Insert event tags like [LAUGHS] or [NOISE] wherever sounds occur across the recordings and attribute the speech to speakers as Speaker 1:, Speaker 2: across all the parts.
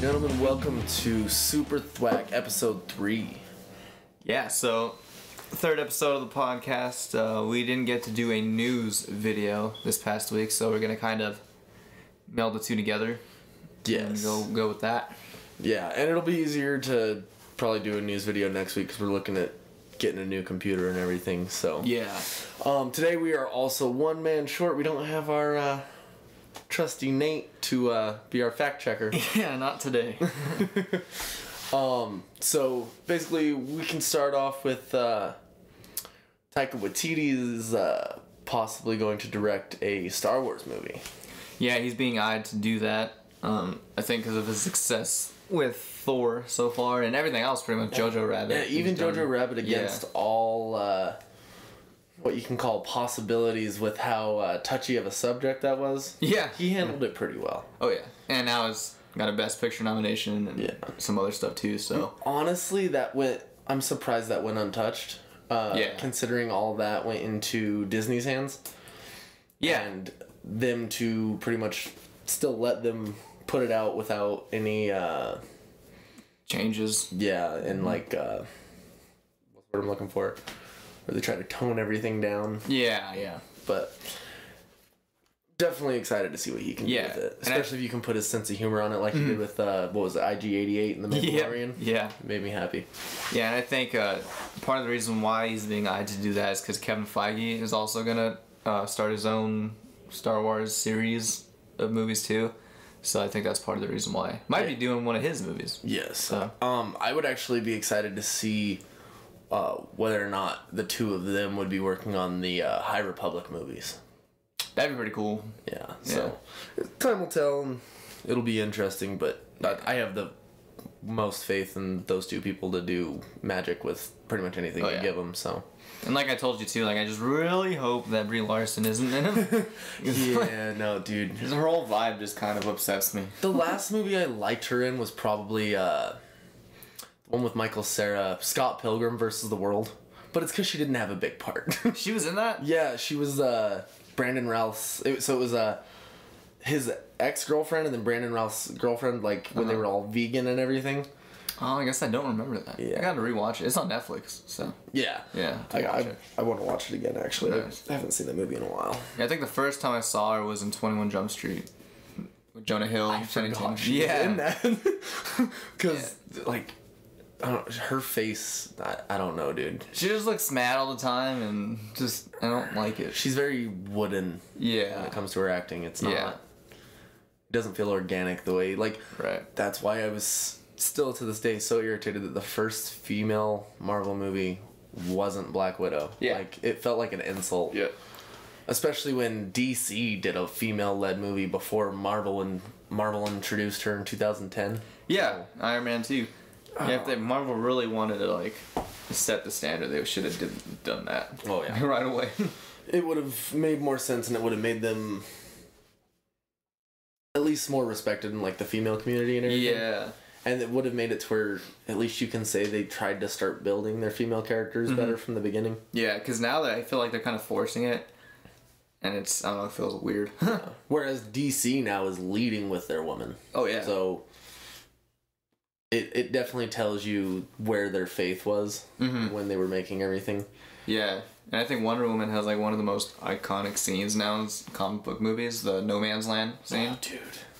Speaker 1: gentlemen, welcome to Super Thwack episode three.
Speaker 2: Yeah, so third episode of the podcast. Uh, we didn't get to do a news video this past week, so we're gonna kind of meld the two together and
Speaker 1: Yes.
Speaker 2: go go with that.
Speaker 1: Yeah, and it'll be easier to probably do a news video next week because we're looking at getting a new computer and everything. So
Speaker 2: Yeah.
Speaker 1: um, today we are also one man short. We don't have our uh, trusty Nate to uh, be our fact checker.
Speaker 2: [LAUGHS] Yeah, not today.
Speaker 1: [LAUGHS] so basically, we can start off with uh, Taika Waititi is uh, possibly going to direct a Star Wars movie.
Speaker 2: yeah, he's being eyed to do that. Um, I think because of his success with Thor so far and everything else, pretty much Jojo Rabbit.
Speaker 1: Yeah, Uh, even
Speaker 2: He's done-
Speaker 1: Jojo Rabbit against all uh, what you can call possibilities with how uh, touchy of a subject that was.
Speaker 2: [LAUGHS] Yeah.
Speaker 1: He handled it pretty well.
Speaker 2: Oh yeah, and now it's got a Best Picture nomination and
Speaker 1: Yeah.
Speaker 2: some other stuff too. So
Speaker 1: Honestly, that went. I'm surprised that went untouched. Uh,
Speaker 2: Yeah.
Speaker 1: Considering all that went into Disney's hands
Speaker 2: yeah,
Speaker 1: and them to pretty much still let them put it out without any. Uh,
Speaker 2: changes.
Speaker 1: yeah,
Speaker 2: Mm-hmm.
Speaker 1: and like. Uh, what's the word I'm looking for? Where they try to tone everything down.
Speaker 2: Yeah, yeah.
Speaker 1: but definitely excited to see what he can
Speaker 2: Yeah,
Speaker 1: do with it.
Speaker 2: and I- Mhm.
Speaker 1: Especially if you can put his sense of humor on it, like he did with uh, what was it, IG88 and the Mandalorian.
Speaker 2: Yeah.
Speaker 1: Made me happy.
Speaker 2: Yeah, and I think uh, part of the reason why he's being eyed to do that is because Kevin Feige is also gonna uh, start his own Star Wars series of movies too. So I think that's part of the reason why. Might be doing one of his movies.
Speaker 1: Yes.
Speaker 2: Uh-huh.
Speaker 1: Um, I would actually be excited to see uh, whether or not the two of them would be working on the uh, High Republic movies.
Speaker 2: That'd be pretty cool.
Speaker 1: Yeah. So time will tell. And it'll be interesting, but I, I have the most faith in those two people to do magic with pretty much anything you
Speaker 2: Oh, yeah.
Speaker 1: give them. So.
Speaker 2: And like I told you too, like I just really hope that Brie Larson isn't in it.
Speaker 1: [LAUGHS]
Speaker 2: [LAUGHS]
Speaker 1: Yeah. [LAUGHS] no, dude.
Speaker 2: Her whole vibe just kind of upsets me.
Speaker 1: The last movie I liked her in was probably uh, the one with Michael Sarah, Scott Pilgrim versus the World. But it's because she didn't have a big part. [LAUGHS]
Speaker 2: She was in that.
Speaker 1: yeah, she was uh, Brandon Ralph's. It, so it was uh, his ex girlfriend and then Brandon Ralph's girlfriend, like when
Speaker 2: Uh-huh.
Speaker 1: they were all vegan and everything.
Speaker 2: Oh, I guess I don't remember that.
Speaker 1: Yeah.
Speaker 2: I gotta rewatch it. It's on Netflix, so
Speaker 1: Yeah.
Speaker 2: yeah.
Speaker 1: I,
Speaker 2: watch
Speaker 1: I,
Speaker 2: it.
Speaker 1: I want to watch it again, actually. I-
Speaker 2: Nice.
Speaker 1: I haven't seen that movie in a while.
Speaker 2: Yeah, I think the first time I saw her was in Twenty One Jump Street with Jonah Hill. I
Speaker 1: forgot she was
Speaker 2: yeah,
Speaker 1: in [LAUGHS] that. Because, like, I don't, her face, I, I don't know, dude.
Speaker 2: she just looks mad all the time, and just I don't like it.
Speaker 1: She's very wooden. when
Speaker 2: Yeah,
Speaker 1: it comes to her acting. It's not.
Speaker 2: Yeah.
Speaker 1: It doesn't feel organic the way like.
Speaker 2: right.
Speaker 1: That's why I was still to this day so irritated that the first female Marvel movie wasn't Black Widow.
Speaker 2: Yeah.
Speaker 1: Like it felt like an insult. Especially when DC did a female-led movie before Marvel and Marvel introduced her in 2010.
Speaker 2: yeah. Iron Man two. Yeah, if they, Marvel really wanted to like set the standard, they should have did, done that.
Speaker 1: Oh, yeah.
Speaker 2: [LAUGHS] right away.
Speaker 1: It would have made more sense, and it would have made them at least more respected in like the female community and everything.
Speaker 2: yeah,
Speaker 1: and it would have made it to where at least you can say they tried to start building their female characters better from the beginning.
Speaker 2: [LAUGHS] yeah. Because now that I feel like they're kind of forcing it, and it's I don't know, it feels weird. [LAUGHS]
Speaker 1: Whereas DC now is leading with their woman,
Speaker 2: oh yeah.
Speaker 1: so it it definitely tells you where their faith was when they were making everything.
Speaker 2: Yeah, and I think Wonder Woman has like one of the most iconic scenes now in s- comic book movies, the no man's land scene.
Speaker 1: dude,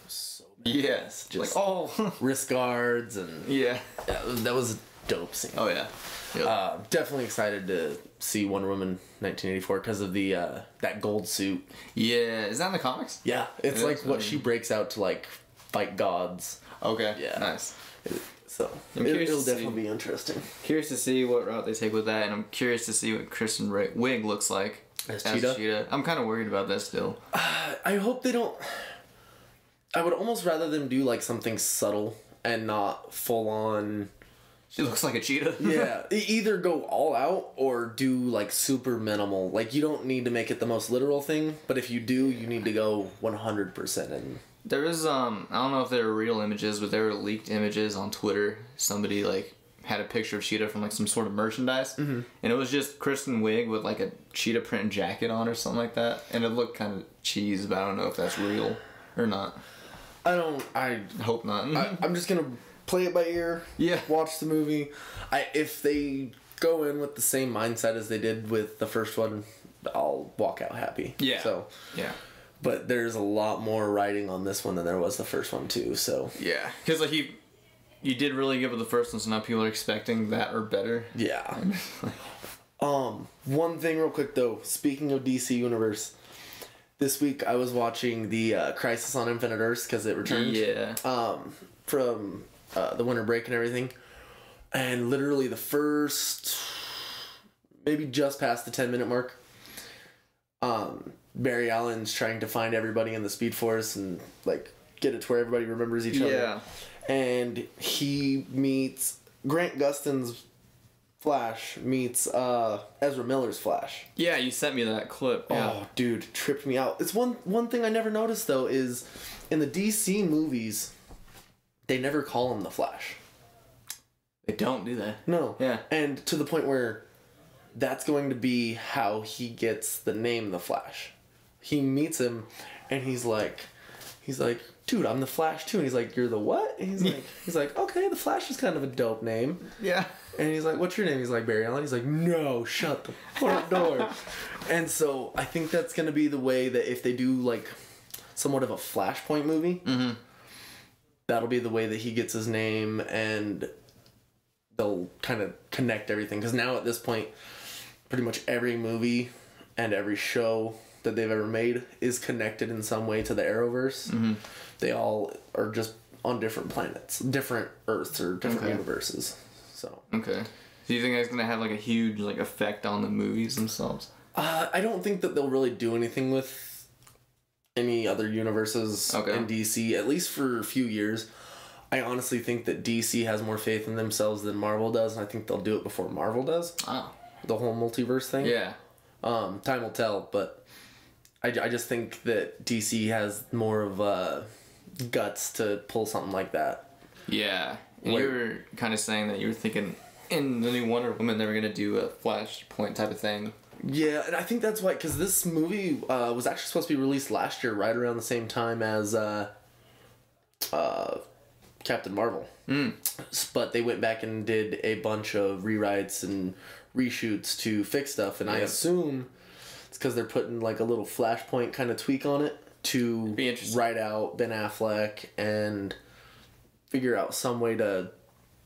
Speaker 1: so
Speaker 2: [LAUGHS] yes,
Speaker 1: just-
Speaker 2: like oh,
Speaker 1: wrist guards and
Speaker 2: [LAUGHS] yeah,
Speaker 1: yeah, that was a dope scene.
Speaker 2: oh yeah, yeah,
Speaker 1: Uh, definitely excited to see Wonder Woman 1984 because of the uh, that gold suit.
Speaker 2: yeah. Is that in the comics?
Speaker 1: Yeah, it's
Speaker 2: Yeah,
Speaker 1: like
Speaker 2: so-
Speaker 1: what she breaks out to like fight gods.
Speaker 2: Okay,
Speaker 1: Yeah.
Speaker 2: nice.
Speaker 1: So
Speaker 2: I'm
Speaker 1: it,
Speaker 2: curious
Speaker 1: will
Speaker 2: to see.
Speaker 1: definitely be interesting.
Speaker 2: Curious to see what route they take with that, and I'm curious to see what Kristen Ri- Wiig looks like
Speaker 1: As Cheetah?
Speaker 2: I'm kind of worried about that still.
Speaker 1: I hope they don't. I would almost rather them do like something subtle and not full on.
Speaker 2: She looks like a cheetah.
Speaker 1: Yeah, e- either go all out or do like super minimal. Like you don't need to make it the most literal thing, but if you do, you need to go one hundred percent in.
Speaker 2: There was um I don't know if they were real images, but there were leaked images on Twitter. Somebody like had a picture of Cheetah from like some sort of merchandise,
Speaker 1: Mm-hmm.
Speaker 2: and it was just Kristen Wiig with like a cheetah print jacket on or something like that, and it looked kind of cheese, but I don't know if that's real or not.
Speaker 1: I don't. I,
Speaker 2: Hope not.
Speaker 1: I I'm just gonna play it by ear.
Speaker 2: Yeah.
Speaker 1: Watch the movie. I if they go in with the same mindset as they did with the first one, I'll walk out happy.
Speaker 2: [LAUGHS] yeah.
Speaker 1: So,
Speaker 2: yeah.
Speaker 1: but there's a lot more writing on this one than there was the first one too. So
Speaker 2: Yeah, because like you, you did really good with the first one, so now people are expecting that or better. [LAUGHS]
Speaker 1: yeah. Um, one thing real quick though. Speaking of DC Universe, this week I was watching the uh, Crisis on Infinite Earths because it returned.
Speaker 2: Yeah.
Speaker 1: um, from uh, the winter break and everything. And literally the first, maybe just past the 10 minute mark, um, Barry Allen's trying to find everybody in the Speed Force and like get it to where everybody remembers each other.
Speaker 2: Yeah.
Speaker 1: And he meets Grant Gustin's Flash meets uh, Ezra Miller's Flash.
Speaker 2: Yeah, you sent me that clip. Yeah.
Speaker 1: Oh, dude, tripped me out. It's one one thing I never noticed though is in the DC movies, they never call him the Flash.
Speaker 2: They don't do that.
Speaker 1: No.
Speaker 2: Yeah.
Speaker 1: And to the point where that's going to be how he gets the name the Flash. He meets him and he's like he's like, dude, I'm the Flash too. And he's like, You're the what? And
Speaker 2: [LAUGHS]
Speaker 1: he's like he's like, Okay, the Flash is kind of a dope name.
Speaker 2: Yeah.
Speaker 1: And he's like, "What's your name?" He's like, "Barry Allen." He's like, "No, shut the front door." and so I think that's gonna be the way that if they do like somewhat of a Flashpoint movie, that'll be the way that he gets his name, and they'll kind of connect everything. Because now at this point, pretty much every movie and every show that they've ever made is connected in some way to the Arrowverse. They all are just on different planets, different Earths, or different
Speaker 2: Okay.
Speaker 1: universes. So.
Speaker 2: Okay. Do you think that's gonna have like a huge like effect on the movies themselves?
Speaker 1: Uh, I don't think that they'll really do anything with any other universes
Speaker 2: Okay.
Speaker 1: in DC, at least for a few years. I honestly think that DC has more faith in themselves than Marvel does, and I think they'll do it before Marvel does.
Speaker 2: Oh.
Speaker 1: The whole multiverse thing.
Speaker 2: Yeah.
Speaker 1: Um, time will tell, but I, I just think that DC has more of uh, guts to pull something like that.
Speaker 2: Yeah. And
Speaker 1: Wait.
Speaker 2: you were kind of saying that you were thinking in the new Wonder Woman they were gonna do a Flashpoint type of thing.
Speaker 1: Yeah, and I think that's why, because this movie uh, was actually supposed to be released last year, right around the same time as uh, uh, Captain Marvel.
Speaker 2: Hmm.
Speaker 1: S- But they went back and did a bunch of rewrites and reshoots to fix stuff, and I
Speaker 2: Yeah.
Speaker 1: assume it's because they're putting like a little Flashpoint kind of tweak on it to
Speaker 2: be interesting.
Speaker 1: write out Ben Affleck and figure out some way to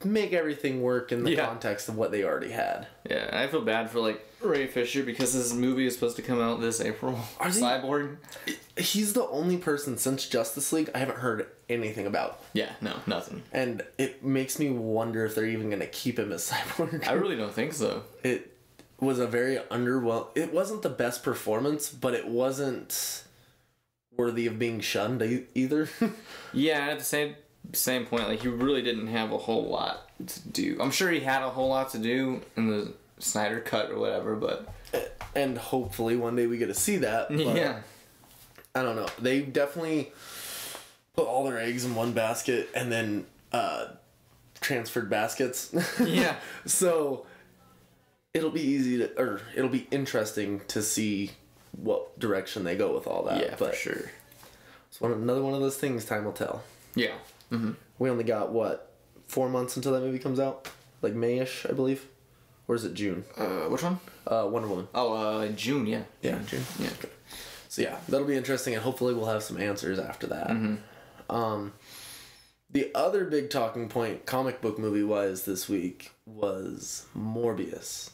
Speaker 1: make everything work in the
Speaker 2: Yeah.
Speaker 1: context of what they already had.
Speaker 2: Yeah, I feel bad for like Ray Fisher because this movie is supposed to come out this April.
Speaker 1: Are they-
Speaker 2: Cyborg.
Speaker 1: he's the only person since Justice League I haven't heard anything about,
Speaker 2: Yeah. No. Nothing.
Speaker 1: and it makes me wonder if they're even gonna keep him as [LAUGHS] Cyborg.
Speaker 2: I really don't think so.
Speaker 1: it was a very underwhelm. It wasn't the best performance, but it wasn't worthy of being shunned e- either. [LAUGHS]
Speaker 2: Yeah, and at the same same point, like he really didn't have a whole lot to do. I'm sure he had a whole lot to do in the Snyder cut or whatever, but
Speaker 1: and hopefully one day we get to see that. But
Speaker 2: [LAUGHS] yeah,
Speaker 1: I don't know. They definitely put all their eggs in one basket and then uh, transferred baskets.
Speaker 2: [LAUGHS]
Speaker 1: [LAUGHS]
Speaker 2: yeah,
Speaker 1: So it'll be easy to, or it'll be interesting to see what direction they go with all that.
Speaker 2: yeah,
Speaker 1: but
Speaker 2: for sure.
Speaker 1: It's one, another one of those things. Time will tell.
Speaker 2: Yeah,
Speaker 1: We only got what four months until that movie comes out, like Mayish, I believe, or is it June?
Speaker 2: uh, which one?
Speaker 1: Uh, Wonder Woman.
Speaker 2: Oh, uh, June. Yeah,
Speaker 1: Yeah, June.
Speaker 2: yeah.
Speaker 1: So yeah, that'll be interesting, and hopefully we'll have some answers after that.
Speaker 2: Mm-hmm.
Speaker 1: Um, the other big talking point, comic book movie wise, this week was Morbius.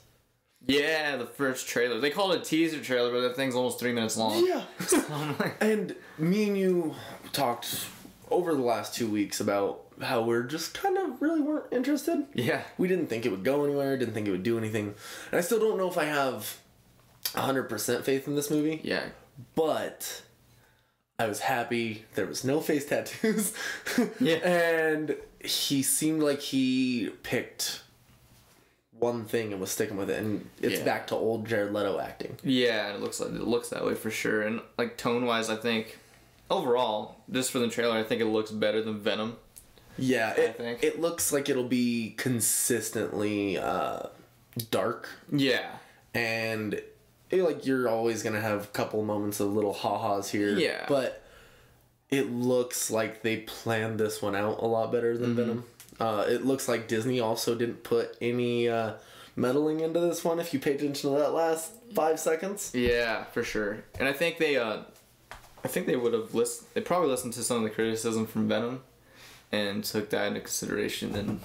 Speaker 2: Yeah, the first trailer. They call it a teaser trailer, but that thing's almost three minutes long.
Speaker 1: Oh, Yeah. [LAUGHS] and me and you talked over the last two weeks about how we're just kind of really weren't interested.
Speaker 2: Yeah.
Speaker 1: We didn't think it would go anywhere, didn't think it would do anything. And I still don't know if I have 100% faith in this movie,
Speaker 2: Yeah.
Speaker 1: but I was happy. There was no face tattoos. [LAUGHS]
Speaker 2: Yeah.
Speaker 1: And he seemed like he picked one thing and was sticking with it. And it's
Speaker 2: Yeah.
Speaker 1: back to old Jared Leto acting.
Speaker 2: Yeah, it looks like it looks that way for sure. And like tone wise, I think overall, just for the trailer, I think it looks better than Venom.
Speaker 1: Yeah, it,
Speaker 2: think.
Speaker 1: it looks like it'll be consistently uh, dark,
Speaker 2: Yeah.
Speaker 1: and it, like you're always gonna have a couple moments of little ha ha's here.
Speaker 2: Yeah.
Speaker 1: but it looks like they planned this one out a lot better than Venom. Uh, it looks like Disney also didn't put any uh, meddling into this one. If you paid attention to that last five seconds,
Speaker 2: Yeah, for sure. And I think they, uh, I think they would have listened. They probably listened to some of the criticism from Venom, and took that into consideration. And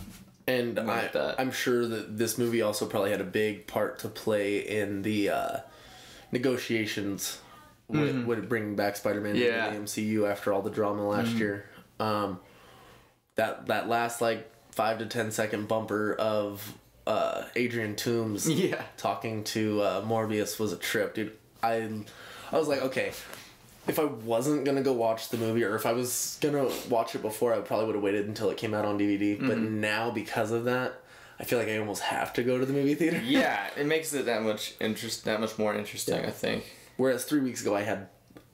Speaker 1: and I,
Speaker 2: Like that.
Speaker 1: I'm sure that this movie also probably had a big part to play in the uh, negotiations with, with bringing back Spider-Man
Speaker 2: Mm-hmm. Yeah. Mm.
Speaker 1: to the MCU after all the drama last year. Um, that that last like five to ten second bumper of uh, Adrian Toomes
Speaker 2: [LAUGHS] yeah,
Speaker 1: talking to uh, Morbius was a trip, dude. I I was like, okay, if I wasn't gonna go watch the movie, or if I was gonna watch it before, I probably would have waited until it came out on DVD. But
Speaker 2: Mm-hmm.
Speaker 1: now, because of that, I feel like I almost have to go to the movie theater.
Speaker 2: yeah, it makes it that much interest, that much more interesting. I think.
Speaker 1: Whereas three weeks ago, I had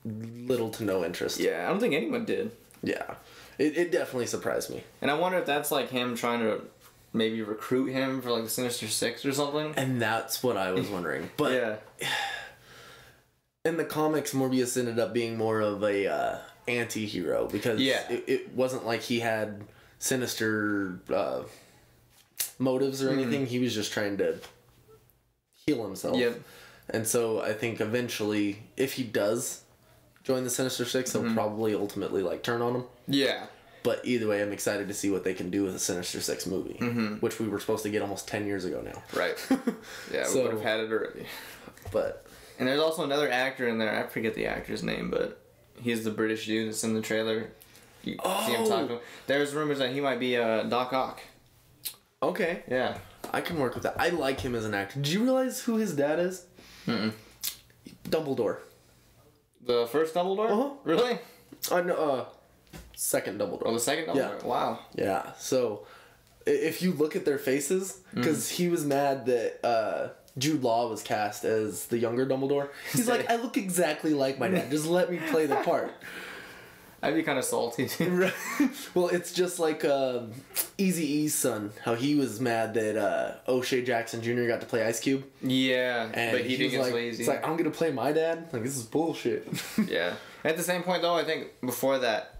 Speaker 1: little to no interest.
Speaker 2: Yeah, I don't think anyone did.
Speaker 1: Yeah. It, it definitely surprised me.
Speaker 2: And I wonder if that's like him trying to maybe recruit him for like the Sinister Six or something.
Speaker 1: And that's what I was wondering. But
Speaker 2: [LAUGHS] Yeah,
Speaker 1: in the comics, Morbius ended up being more of a uh, anti-hero because
Speaker 2: Yeah.
Speaker 1: it, it wasn't like he had sinister uh, motives
Speaker 2: Mm-hmm.
Speaker 1: or anything. He was just trying to heal himself.
Speaker 2: Yep.
Speaker 1: And so I think eventually, if he does join the Sinister 6 they they'll probably ultimately like turn on him.
Speaker 2: yeah,
Speaker 1: But either way, I'm excited to see what they can do with a Sinister Six movie, which we were supposed to get almost ten years ago now.
Speaker 2: [LAUGHS] right. Yeah, we
Speaker 1: So-
Speaker 2: would have had it already.
Speaker 1: But
Speaker 2: And there's also another actor in there. I forget the actor's name, but he's the British dude that's in the trailer. You see him talking. There's rumors that he might be uh, Doc Ock.
Speaker 1: okay,
Speaker 2: Yeah.
Speaker 1: I can work with that. I like him as an actor. Did you realize who his dad is? Dumbledore.
Speaker 2: The first Dumbledore?
Speaker 1: Uh-huh.
Speaker 2: Really?
Speaker 1: Uh, no, uh, second
Speaker 2: Or
Speaker 1: Dumbledore.
Speaker 2: the second Dumbledore? Wow.
Speaker 1: Yeah. So, i- if you look at their faces,
Speaker 2: Mm.
Speaker 1: because he was mad that uh, Jude Law was cast as the younger Dumbledore.
Speaker 2: [LAUGHS]
Speaker 1: He's like, I look exactly like my dad. Just let me play the
Speaker 2: [LAUGHS]
Speaker 1: part.
Speaker 2: I'd be kind of salty. too.
Speaker 1: Right. [LAUGHS] well, it's just like um Easy E's son, how he was mad that uh, O'Shea Jackson Jr. got to play Ice Cube,
Speaker 2: yeah.
Speaker 1: and
Speaker 2: but he,
Speaker 1: was
Speaker 2: didn't get
Speaker 1: like,
Speaker 2: lazy.
Speaker 1: It's like I'm gonna play my dad. Like this is
Speaker 2: [LAUGHS]
Speaker 1: bullshit.
Speaker 2: yeah. At the same point, though, I think before that,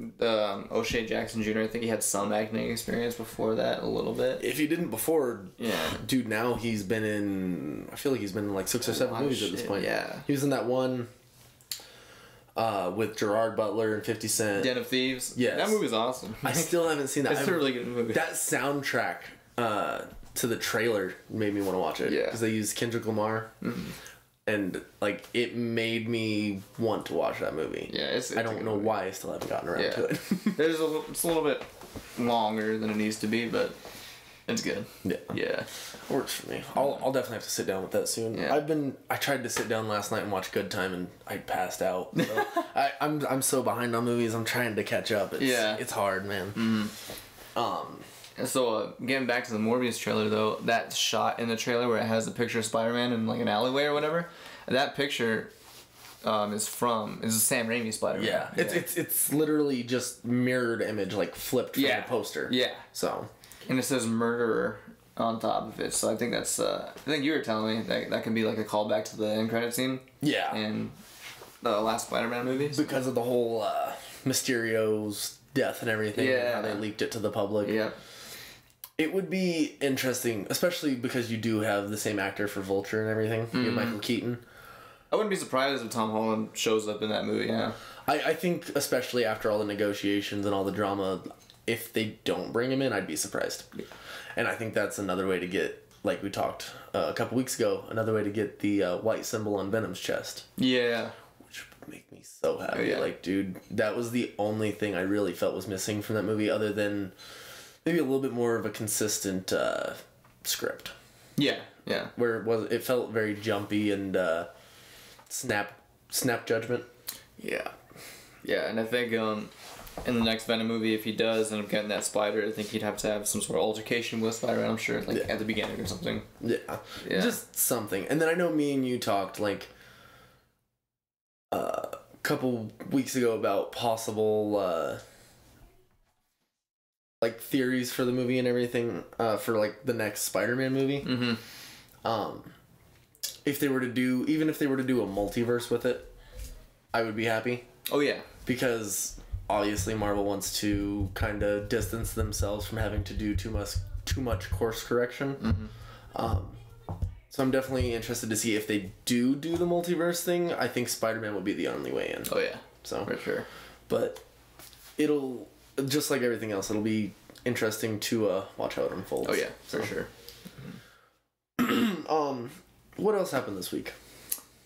Speaker 2: um, O'Shea Jackson Jr., I think he had some acting experience before that a little bit.
Speaker 1: if he didn't before,
Speaker 2: Yeah.
Speaker 1: dude, now he's been in. I feel like he's been in like six or seven
Speaker 2: lot of
Speaker 1: movies at this
Speaker 2: shit,
Speaker 1: point.
Speaker 2: yeah.
Speaker 1: he was in that one uh, with Gerard Butler and Fifty Cent.
Speaker 2: Den of Thieves.
Speaker 1: Yes.
Speaker 2: That movie's awesome.
Speaker 1: I still haven't seen that.
Speaker 2: It's a
Speaker 1: I-
Speaker 2: really good movie.
Speaker 1: That soundtrack uh, to the trailer made me want to watch it.
Speaker 2: Yeah. Mm-hmm.
Speaker 1: because they used Kendrick Lamar, and like it made me want to watch that movie.
Speaker 2: yeah, it's, it's
Speaker 1: I
Speaker 2: a
Speaker 1: don't
Speaker 2: good
Speaker 1: know
Speaker 2: movie.
Speaker 1: why I still haven't gotten around
Speaker 2: Yeah. [LAUGHS]
Speaker 1: to it. [LAUGHS]
Speaker 2: There's a little, it's a little bit longer than it needs to be, but it's good.
Speaker 1: yeah.
Speaker 2: Yeah.
Speaker 1: Works for me. I'll, I'll definitely have to sit down with that soon.
Speaker 2: Yeah.
Speaker 1: I've been I tried to sit down last night and watch Good Time and I passed out.
Speaker 2: [LAUGHS]
Speaker 1: So I, I'm I'm so behind on movies. I'm trying to catch up. It's,
Speaker 2: Yeah. Mm-hmm.
Speaker 1: it's hard, man. Um,
Speaker 2: And so uh, getting back to the Morbius trailer though, that shot in the trailer where it has the picture of Spider-Man in like an alleyway or whatever, that picture um, is from is a Sam Raimi Spider-Man.
Speaker 1: yeah, it's it's it's literally just mirrored image like flipped from
Speaker 2: Yeah.
Speaker 1: the poster.
Speaker 2: Yeah.
Speaker 1: So
Speaker 2: and it says murderer on top of it. So I think that's uh, I think you were telling me that that can be like a callback to the end credit scene
Speaker 1: yeah,
Speaker 2: in the last Spider-Man movies.
Speaker 1: because of the whole uh, Mysterio's death and everything, and how
Speaker 2: Yeah.
Speaker 1: they leaked it to the public.
Speaker 2: Yeah.
Speaker 1: It would be interesting, especially because you do have the same actor for Vulture and everything. You
Speaker 2: Mm-hmm.
Speaker 1: have Michael Keaton.
Speaker 2: I wouldn't be surprised if Tom Holland shows up in that movie. Yeah.
Speaker 1: I, I think especially after all the negotiations and all the drama, if they don't bring him in, I'd be surprised. And I think that's another way to get, like we talked uh, a couple weeks ago, another way to get the uh, white symbol on Venom's chest,
Speaker 2: Yeah.
Speaker 1: which would make me so happy.
Speaker 2: yeah.
Speaker 1: Like, dude, that was the only thing I really felt was missing from that movie, other than maybe a little bit more of a consistent uh, script,
Speaker 2: Yeah. Yeah.
Speaker 1: where it was it felt very jumpy and uh, snap snap judgment.
Speaker 2: Yeah. Yeah, and I think um, in the next Venom movie, if he does end up getting that spider, I think he'd have to have some sort of altercation with Spider, I'm sure, like at the beginning or something.
Speaker 1: Yeah.
Speaker 2: Yeah.
Speaker 1: Just something. And then I know me and you talked like a couple weeks ago about possible uh like theories for the movie and everything uh for like the next Spider-Man movie.
Speaker 2: Mm-hmm.
Speaker 1: Um if they were to do even if they were to do a multiverse with it, I would be happy
Speaker 2: Oh, yeah.
Speaker 1: because obviously Marvel wants to kind of distance themselves from having to do too much too much course correction.
Speaker 2: Mm-hmm.
Speaker 1: Um, so I'm definitely interested to see if they do do the multiverse thing. I think Spider-Man would be the only way in.
Speaker 2: Oh yeah,
Speaker 1: So
Speaker 2: for sure.
Speaker 1: but it'll just like everything else it'll be interesting to uh, watch how it unfolds
Speaker 2: Oh yeah, for sure.
Speaker 1: um what else happened this week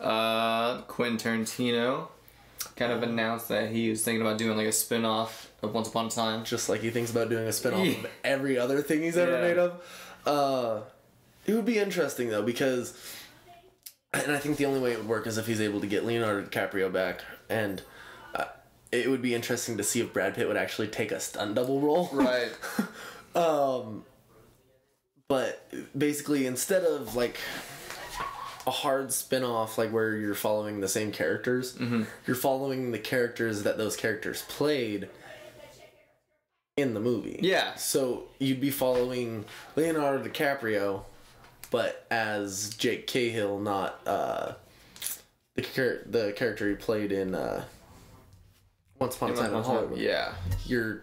Speaker 2: Uh, Quentin Tarantino kind of announced that he was thinking about doing like a spin off of Once Upon a Time.
Speaker 1: just like he thinks about doing a spin-off
Speaker 2: Yeah.
Speaker 1: of every other thing he's ever
Speaker 2: Yeah.
Speaker 1: made of uh it would be interesting though because and i think the only way it would work is if he's able to get leonardo dicaprio back and uh, it would be interesting to see if brad pitt would actually take a stunt double role
Speaker 2: Right.
Speaker 1: but basically instead of like a hard spin-off like where you're following the same characters
Speaker 2: Mm-hmm.
Speaker 1: you're following the characters that those characters played in the movie
Speaker 2: Yeah.
Speaker 1: so you'd be following leonardo dicaprio but as jake cahill not uh the, char- the character he played in uh once upon a time Mm-hmm. in hollywood
Speaker 2: Yeah.
Speaker 1: you're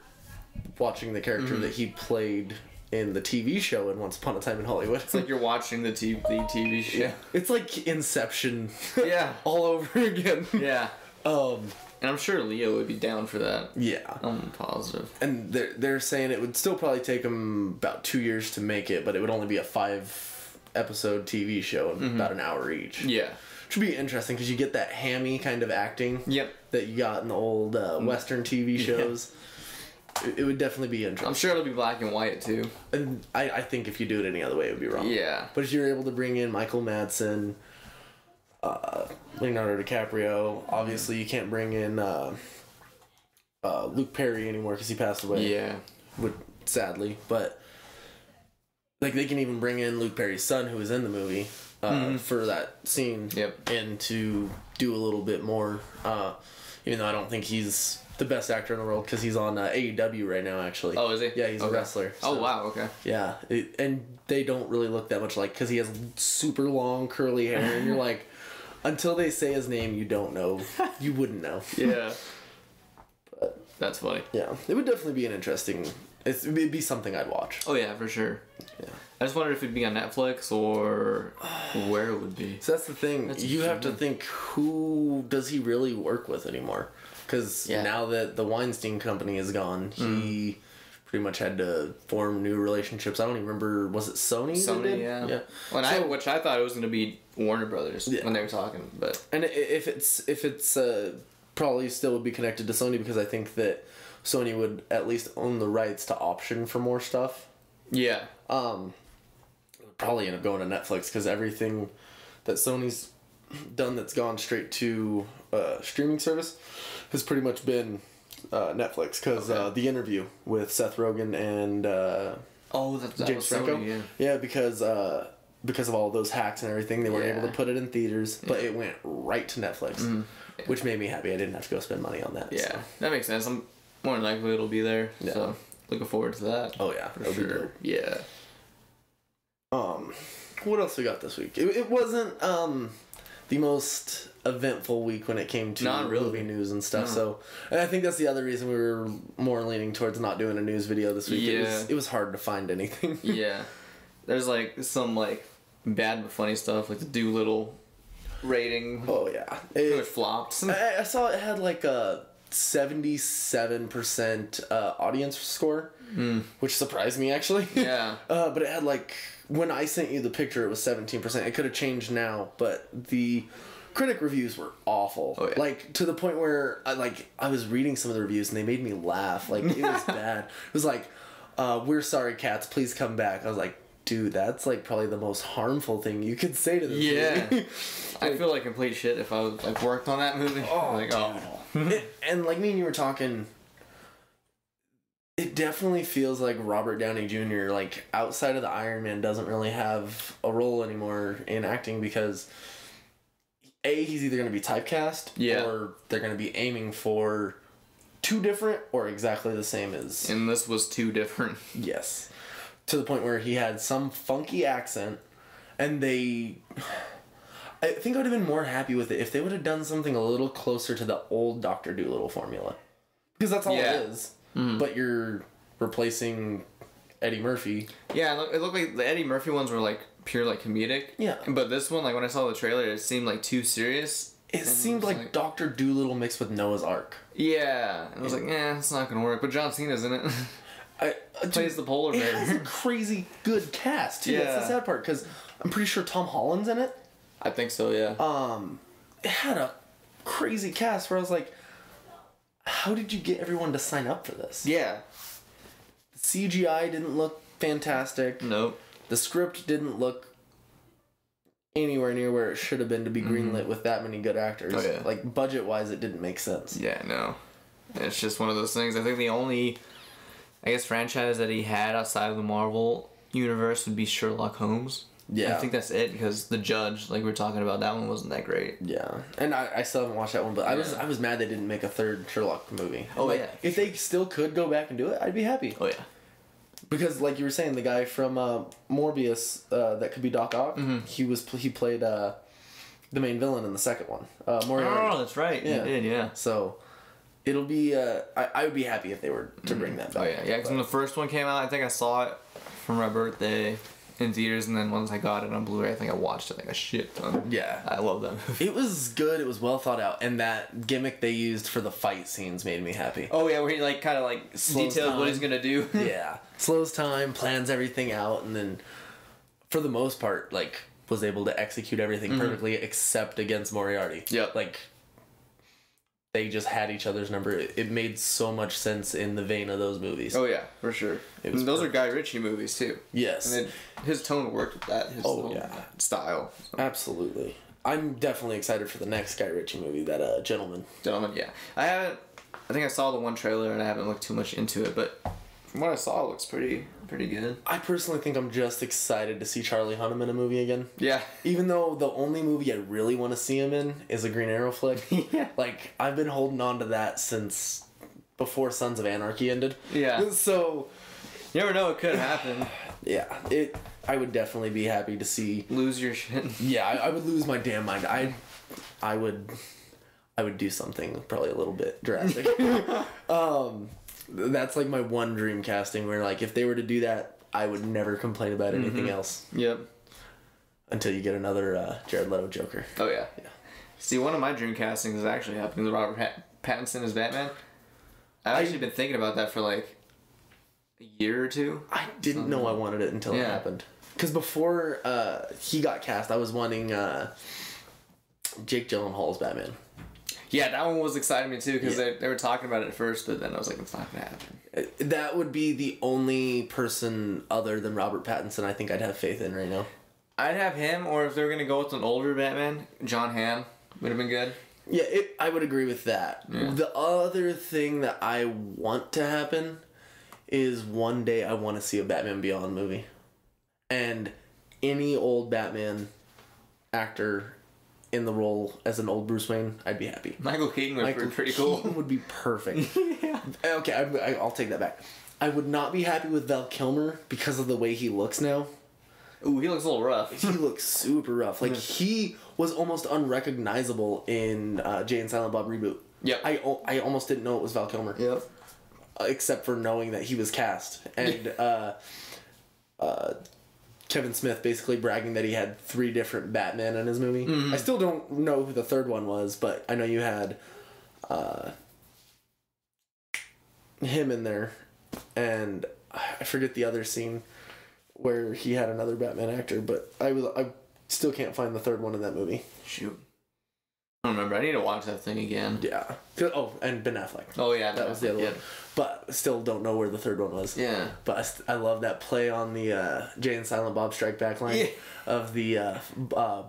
Speaker 1: watching the character that he played in the TV show in Once Upon a Time in Hollywood. It's like
Speaker 2: Like you're watching the TV, the TV show.
Speaker 1: it's like [LAUGHS] Inception
Speaker 2: Yeah.
Speaker 1: all over again.
Speaker 2: Yeah.
Speaker 1: Um
Speaker 2: And I'm sure Leo would be down for that.
Speaker 1: yeah.
Speaker 2: I'm positive.
Speaker 1: And they're they're saying it would still probably take them about 2 years to make it, but it would only be a 5 episode TV show and about an hour each.
Speaker 2: Mm-hmm. Yeah.
Speaker 1: Which would be interesting cuz you get that hammy kind of acting
Speaker 2: Yep.
Speaker 1: that you got in the old uh,
Speaker 2: Mm.
Speaker 1: western TV shows. It, it would definitely be
Speaker 2: I'm
Speaker 1: interesting.
Speaker 2: sure it'll be black and white too.
Speaker 1: And I, I think if you do it any other way, it would be wrong.
Speaker 2: Yeah.
Speaker 1: But if you're able to bring in Michael Madsen, uh, Leonardo DiCaprio, obviously you can't bring in uh, uh, Luke Perry anymore because he passed away,
Speaker 2: Yeah.
Speaker 1: would, sadly. But like they can even bring in Luke Perry's son, who was in the movie, uh, for that scene,
Speaker 2: Mm-hmm. Yep.
Speaker 1: and to do a little bit more. Uh, even though I don't think he's the best actor in the world because he's on uh, AEW right now, actually.
Speaker 2: Oh, is he?
Speaker 1: Yeah, he's a
Speaker 2: Okay.
Speaker 1: wrestler.
Speaker 2: Oh
Speaker 1: so-
Speaker 2: wow.
Speaker 1: [LAUGHS]
Speaker 2: Okay.
Speaker 1: yeah, it, and they don't really look that much like because he has super long curly hair, and you're
Speaker 2: [LAUGHS]
Speaker 1: like, until they say his name, you don't know, you wouldn't know.
Speaker 2: [LAUGHS] Yeah. That's funny.
Speaker 1: Yeah, it would definitely be an interesting. It's, it'd be something I'd watch.
Speaker 2: Oh yeah, for sure.
Speaker 1: Yeah.
Speaker 2: I just wondered if it'd be on Netflix or where it would be.
Speaker 1: So that's the thing.
Speaker 2: a
Speaker 1: you have to
Speaker 2: shame.
Speaker 1: think who does he really work with anymore? Because
Speaker 2: Yeah. Hmm.
Speaker 1: now that the Weinstein company is gone, he pretty much had to form new relationships. I don't even remember. Was it Sony? that
Speaker 2: Sony,
Speaker 1: did?
Speaker 2: yeah.
Speaker 1: Yeah.
Speaker 2: When I
Speaker 1: So-
Speaker 2: which I thought it was gonna be Warner Brothers
Speaker 1: Yeah.
Speaker 2: when they were talking, but
Speaker 1: And i- if it's if it's uh, probably still would be connected to Sony because I think that Sony would at least own the rights to option for more stuff.
Speaker 2: yeah,
Speaker 1: Um, it'll probably end up going to Netflix because everything that Sony's done that's gone straight to uh, streaming service has pretty much been uh, Netflix because uh, the interview with Seth Rogen and uh,
Speaker 2: oh that's that
Speaker 1: James
Speaker 2: was Sony,
Speaker 1: Franco.
Speaker 2: yeah.
Speaker 1: because uh, because of all those hacks and everything, they weren't
Speaker 2: Yeah. Mm-hmm.
Speaker 1: able to put it in theaters, but it went right to Netflix, which made me happy. I didn't have to go spend money on that. so.
Speaker 2: Yeah, that makes sense. I'm more than likely it'll be there.
Speaker 1: Yeah.
Speaker 2: So looking forward to that.
Speaker 1: Oh yeah,
Speaker 2: for
Speaker 1: that'd be
Speaker 2: sure.
Speaker 1: dope.
Speaker 2: Yeah.
Speaker 1: Um, what else we got this week? It, it wasn't um the most eventful week when it came to
Speaker 2: Not really.
Speaker 1: movie news and stuff. So, and I think that's the other reason we were more leaning towards not doing a news video this week. It was
Speaker 2: Yeah.
Speaker 1: it was hard to find anything.
Speaker 2: Yeah. There's like some like bad but funny stuff like the Doolittle rating
Speaker 1: [LAUGHS] oh yeah,
Speaker 2: pretty much
Speaker 1: it,
Speaker 2: flops.
Speaker 1: I, I saw it had like a. 77% uh, audience score, which surprised me actually.
Speaker 2: Hmm.
Speaker 1: [LAUGHS]
Speaker 2: Yeah.
Speaker 1: Uh, but it had like when I sent you the picture, it was seventeen percent. It could have changed now, but the critic reviews were awful.
Speaker 2: Oh, yeah.
Speaker 1: Like to the point where I like I was reading some of the reviews and they made me laugh. Like it
Speaker 2: [LAUGHS]
Speaker 1: was bad. It was like, uh, "We're sorry, cats. Please come back." I was like, "Dude, that's like probably the most harmful thing you could say to this."
Speaker 2: Yeah.
Speaker 1: movie." [LAUGHS]
Speaker 2: I feel like complete shit if I was like worked on that movie.
Speaker 1: Oh,
Speaker 2: like oh.
Speaker 1: and, and like me and you were talking it definitely feels like robert downey jr like outside of the iron man doesn't really have a role anymore in acting because a he's either going to be typecast
Speaker 2: Yeah.
Speaker 1: or they're going to be aiming for two different or exactly the same as
Speaker 2: And this was too different. [LAUGHS]
Speaker 1: Yes. To the point where he had some funky accent and they [SIGHS] I think I would have been more happy with it if they would have done something a little closer to the old Doctor Doolittle formula, because that's all
Speaker 2: Yeah.
Speaker 1: it is. But you're replacing Eddie Murphy.
Speaker 2: Yeah, it looked, it looked like the Eddie Murphy ones were like pure like comedic.
Speaker 1: Yeah.
Speaker 2: But this one, like when I saw the trailer, it seemed like too serious.
Speaker 1: It seemed
Speaker 2: it's
Speaker 1: like,
Speaker 2: Mm-hmm. like-
Speaker 1: Doctor Doolittle mixed with Noah's Ark.
Speaker 2: Yeah, and I was like, eh, it's not gonna work. But John Cena's in it. [LAUGHS]
Speaker 1: I, uh,
Speaker 2: Plays
Speaker 1: dude,
Speaker 2: the polar
Speaker 1: It has a [LAUGHS]
Speaker 2: bear.
Speaker 1: crazy good cast too. That's
Speaker 2: Yeah.
Speaker 1: the sad part because I'm pretty sure Tom Holland's in it.
Speaker 2: I think so. Yeah.
Speaker 1: Um, it had a crazy cast where I was like, how did you get everyone to sign up for this?
Speaker 2: yeah.
Speaker 1: CGI didn't look fantastic.
Speaker 2: Nope.
Speaker 1: The script didn't look anywhere near where it should have been to be greenlit with that many good actors.
Speaker 2: Mm-hmm. Oh, yeah.
Speaker 1: Like budget wise, it didn't make sense.
Speaker 2: Yeah, no. It's just one of those things. I think the only, I guess, franchise that he had outside of the Marvel universe would be Sherlock Holmes.
Speaker 1: Yeah.
Speaker 2: I think that's it because the Judge, like we were talking about, that one wasn't that great.
Speaker 1: Yeah, and I, I still haven't watched that one, but I was
Speaker 2: Yeah.
Speaker 1: I was mad they didn't make a third Sherlock movie.
Speaker 2: Oh,
Speaker 1: Like,
Speaker 2: yeah.
Speaker 1: if they still could go back and do it, I'd be happy.
Speaker 2: Oh yeah.
Speaker 1: Because like you were saying, the guy from uh, Morbius uh, that could be Doc Ock,
Speaker 2: Mm-hmm.
Speaker 1: he was he played uh, the main villain in the second one, uh, Moriarty.
Speaker 2: Oh, that's right.
Speaker 1: Yeah.
Speaker 2: Yeah. did, yeah.
Speaker 1: So it'll be uh, I I would be happy if they were to bring that back.
Speaker 2: Oh yeah, yeah. Because when the first one came out, I think I saw it from my birthday in theaters, and then once I got it on Blu-ray, I think I watched it like a shit ton.
Speaker 1: Yeah.
Speaker 2: I love that movie.
Speaker 1: It was good. It was well thought out, and that gimmick they used for the fight scenes made me happy.
Speaker 2: Oh yeah, where he like kind of like
Speaker 1: Slows
Speaker 2: details
Speaker 1: down.
Speaker 2: what he's gonna do.
Speaker 1: yeah, slows time, plans everything out, and then for the most part, like was able to execute everything perfectly except against Moriarty.
Speaker 2: Mm-hmm. Yep.
Speaker 1: like they just had each other's number. It, it made so much sense in the vein of those movies.
Speaker 2: Oh yeah, for sure.
Speaker 1: It was
Speaker 2: And those are Guy Ritchie movies too.
Speaker 1: yes,
Speaker 2: And then his tone worked with that. His
Speaker 1: Oh,
Speaker 2: little
Speaker 1: yeah.
Speaker 2: style.
Speaker 1: absolutely. I'm definitely excited for the next Guy Ritchie movie, that uh, gentleman.
Speaker 2: Gentlemen, yeah. I haven't. I think I saw the one trailer and I haven't looked too much into it, but from what I saw, it looks pretty pretty good.
Speaker 1: I personally think I'm just excited to see Charlie Hunnam in a movie again.
Speaker 2: Yeah.
Speaker 1: Even though the only movie I really want to see him in is a Green Arrow flick.
Speaker 2: [LAUGHS] Yeah.
Speaker 1: Like, I've been holding on to that since before Sons of Anarchy ended.
Speaker 2: Yeah.
Speaker 1: [LAUGHS] So,
Speaker 2: You never know. It
Speaker 1: [LAUGHS]
Speaker 2: could happen.
Speaker 1: yeah, it. I would definitely be happy to see.
Speaker 2: Lose your shit.
Speaker 1: Yeah, I, I would lose my damn mind. I, I would, I would do something probably a little bit
Speaker 2: [LAUGHS]
Speaker 1: drastic. [LAUGHS] um, that's like my one dream casting where like if they were to do that, I would never complain about
Speaker 2: Mm-hmm.
Speaker 1: anything else
Speaker 2: Yep.
Speaker 1: until you get another uh, Jared Leto Joker.
Speaker 2: Oh yeah. See, one of my dream castings is actually happening. The Robert Pat- Pattinson as Batman. I've actually been thinking about that for like a year or two.
Speaker 1: I didn't know I wanted it until it
Speaker 2: Yeah.
Speaker 1: happened. Because before uh, he got cast, I was wanting uh, Jake Gyllenhaal's Batman.
Speaker 2: Yeah, that one was exciting me too because
Speaker 1: Yeah.
Speaker 2: they, they were talking about it at first, but then I was like, it's not gonna happen.
Speaker 1: Uh, That would be the only person other than Robert Pattinson I think I'd have faith in right now.
Speaker 2: I'd have him, or if they were gonna go with an older Batman, John Hamm would have been good.
Speaker 1: Yeah, it, I would agree with that. The other thing that I want to happen is one day I want to see a Batman Beyond movie. And any old Batman actor in the role as an old Bruce Wayne, I'd be happy.
Speaker 2: Michael Keaton would
Speaker 1: Michael
Speaker 2: be pretty cool.
Speaker 1: Keaton would be
Speaker 2: [LAUGHS]
Speaker 1: perfect. Okay, I, I, I'll take that back. I would not be happy with Val Kilmer because of the way he looks now.
Speaker 2: Ooh, he looks a little rough.
Speaker 1: He looks super rough. Like he was almost unrecognizable in uh, Jay and Silent Bob reboot.
Speaker 2: Yep.
Speaker 1: I, al- I almost didn't know it was Val Kilmer,
Speaker 2: Yep.
Speaker 1: uh, except for knowing that he was cast and uh, uh, Kevin Smith basically bragging that he had three different Batman in his movie. I still don't know who the third one was, but I know you had uh, him in there, and I forget the other scene where he had another Batman actor, but I was I still can't find the third one in that movie.
Speaker 2: Shoot. I don't remember. I need to watch that thing again.
Speaker 1: Yeah. Oh, and Ben Affleck.
Speaker 2: Oh yeah,
Speaker 1: That was the other
Speaker 2: yeah.
Speaker 1: one. But still don't know where the third one was.
Speaker 2: Yeah.
Speaker 1: But I, st- I love that play on the uh, Jay and Silent Bob Strike Back line
Speaker 2: Yeah.
Speaker 1: of the uh, uh,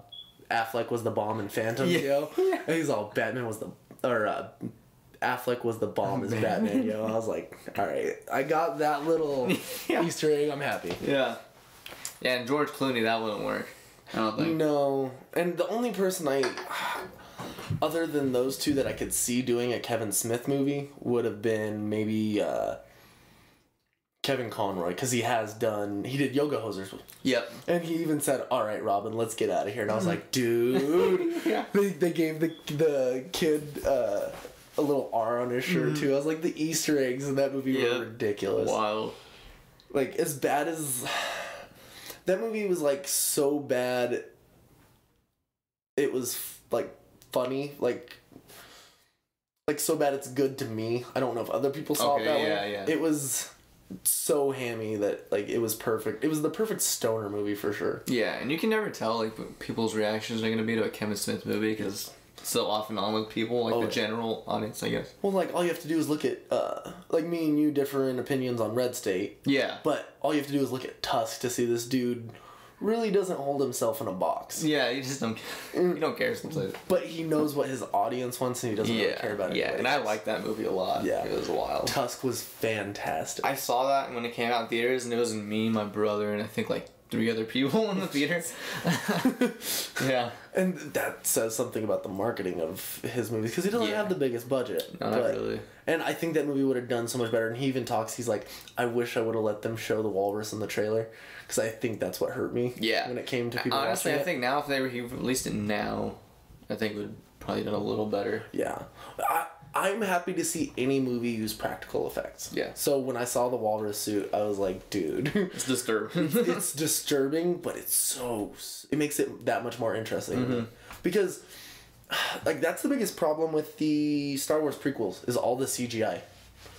Speaker 1: Affleck was the bomb and Phantom.
Speaker 2: Yeah.
Speaker 1: Yo. And he's all Batman was the or uh, Affleck was the bomb as Batman. [LAUGHS] Yo, I was like, all right, I got that [LAUGHS] little
Speaker 2: Yeah.
Speaker 1: Easter egg. I'm happy.
Speaker 2: Yeah. Yeah, and George Clooney, that wouldn't work. Mm. I don't think.
Speaker 1: No, and the only person I, [SIGHS] other than those two that I could see doing a Kevin Smith movie would have been maybe uh, Kevin Conroy because he has done he did Yoga Hosers
Speaker 2: Yep.
Speaker 1: and he even said, "All right, Robin, let's get out of here." And I
Speaker 2: Mm-hmm.
Speaker 1: was like, "Dude!"
Speaker 2: [LAUGHS] Yeah.
Speaker 1: they, they gave the the kid uh, a little R on his shirt too. I was like, the Easter eggs in that movie
Speaker 2: Mm-hmm. Yeah.
Speaker 1: were ridiculous.
Speaker 2: Wow.
Speaker 1: Like as bad as that movie was, like so bad, it was like funny, like. Like so bad it's good to me. I don't know if other people saw
Speaker 2: Okay,
Speaker 1: it that
Speaker 2: yeah,
Speaker 1: way.
Speaker 2: yeah.
Speaker 1: It was so hammy that like it was perfect. It was the perfect stoner movie for sure.
Speaker 2: Yeah, and you can never tell like what people's reactions are gonna be to a Kevin Smith movie because so off and on with people, like
Speaker 1: Oh,
Speaker 2: the
Speaker 1: yeah.
Speaker 2: general audience, I guess.
Speaker 1: Well, like all you have to do is look at uh, like me and you differ in opinions on Red State,
Speaker 2: Yeah.
Speaker 1: but all you have to do is look at Tusk to see this dude really doesn't hold himself in a box.
Speaker 2: yeah, you just don't.
Speaker 1: Mm.
Speaker 2: You don't care sometimes.
Speaker 1: But he knows what his audience wants, and he doesn't really
Speaker 2: Yeah.
Speaker 1: care about it.
Speaker 2: yeah, and I like that movie a lot.
Speaker 1: Yeah.
Speaker 2: it was
Speaker 1: [LAUGHS]
Speaker 2: wild.
Speaker 1: Tusk was fantastic.
Speaker 2: I saw that when it came out in theaters, and it was me, my brother, and I think like three other people in the theater. [LAUGHS] yeah.
Speaker 1: [LAUGHS] and that says something about the marketing of his movies because he doesn't
Speaker 2: Yeah.
Speaker 1: have the biggest budget.
Speaker 2: No, not really.
Speaker 1: And I think that movie would have done so much better. And he even talks. He's like, "I wish I would have let them show the walrus in the trailer," because I think that's what hurt me.
Speaker 2: Yeah.
Speaker 1: When it came to people.
Speaker 2: Honestly,
Speaker 1: watching
Speaker 2: I
Speaker 1: it.
Speaker 2: think now if they were he released it now, I think it would probably done a little better.
Speaker 1: Yeah. I, I'm happy to see any movie use practical effects.
Speaker 2: Yeah.
Speaker 1: So when I saw the walrus suit, I was like, dude, [LAUGHS]
Speaker 2: It's disturbing. [LAUGHS]
Speaker 1: it's disturbing, but it's so. s- It makes it that much more interesting. Because, [SIGHS] like, that's the biggest problem with the Star Wars prequels is all the CGI.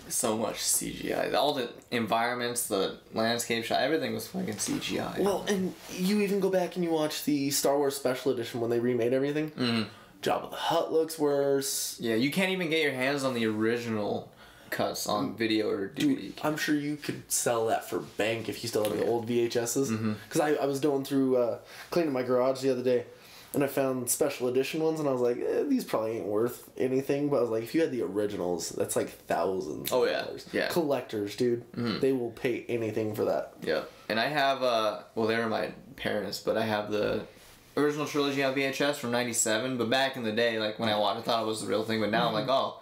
Speaker 2: so much CGI. All the environments, the landscape shot, everything was fucking CGI.
Speaker 1: Well, and you even go back and you watch the Star Wars Special Edition when they remade everything. Mm. Jabba the Hutt looks worse.
Speaker 2: yeah, you can't even get your hands on the original cuts
Speaker 1: Mm.
Speaker 2: on video or DVD.
Speaker 1: I'm sure you could sell that for bank if you still have the old VHSs. Because
Speaker 2: Mm-hmm.
Speaker 1: I, I was going through uh, cleaning my garage the other day, and I found special edition ones, and I was like, eh, these probably ain't worth anything. But I was like, if you had the originals, that's like thousands.
Speaker 2: Oh,
Speaker 1: of
Speaker 2: yeah.
Speaker 1: dollars.
Speaker 2: Yeah. Mm-hmm.
Speaker 1: Collectors, dude, they will pay anything for that.
Speaker 2: yeah, and I have uh, well, they were my parents, but I have the original trilogy on VHS from '97. But back in the day, like when I watched, I thought it was the real thing. But now
Speaker 1: Mm-hmm.
Speaker 2: I'm like, oh,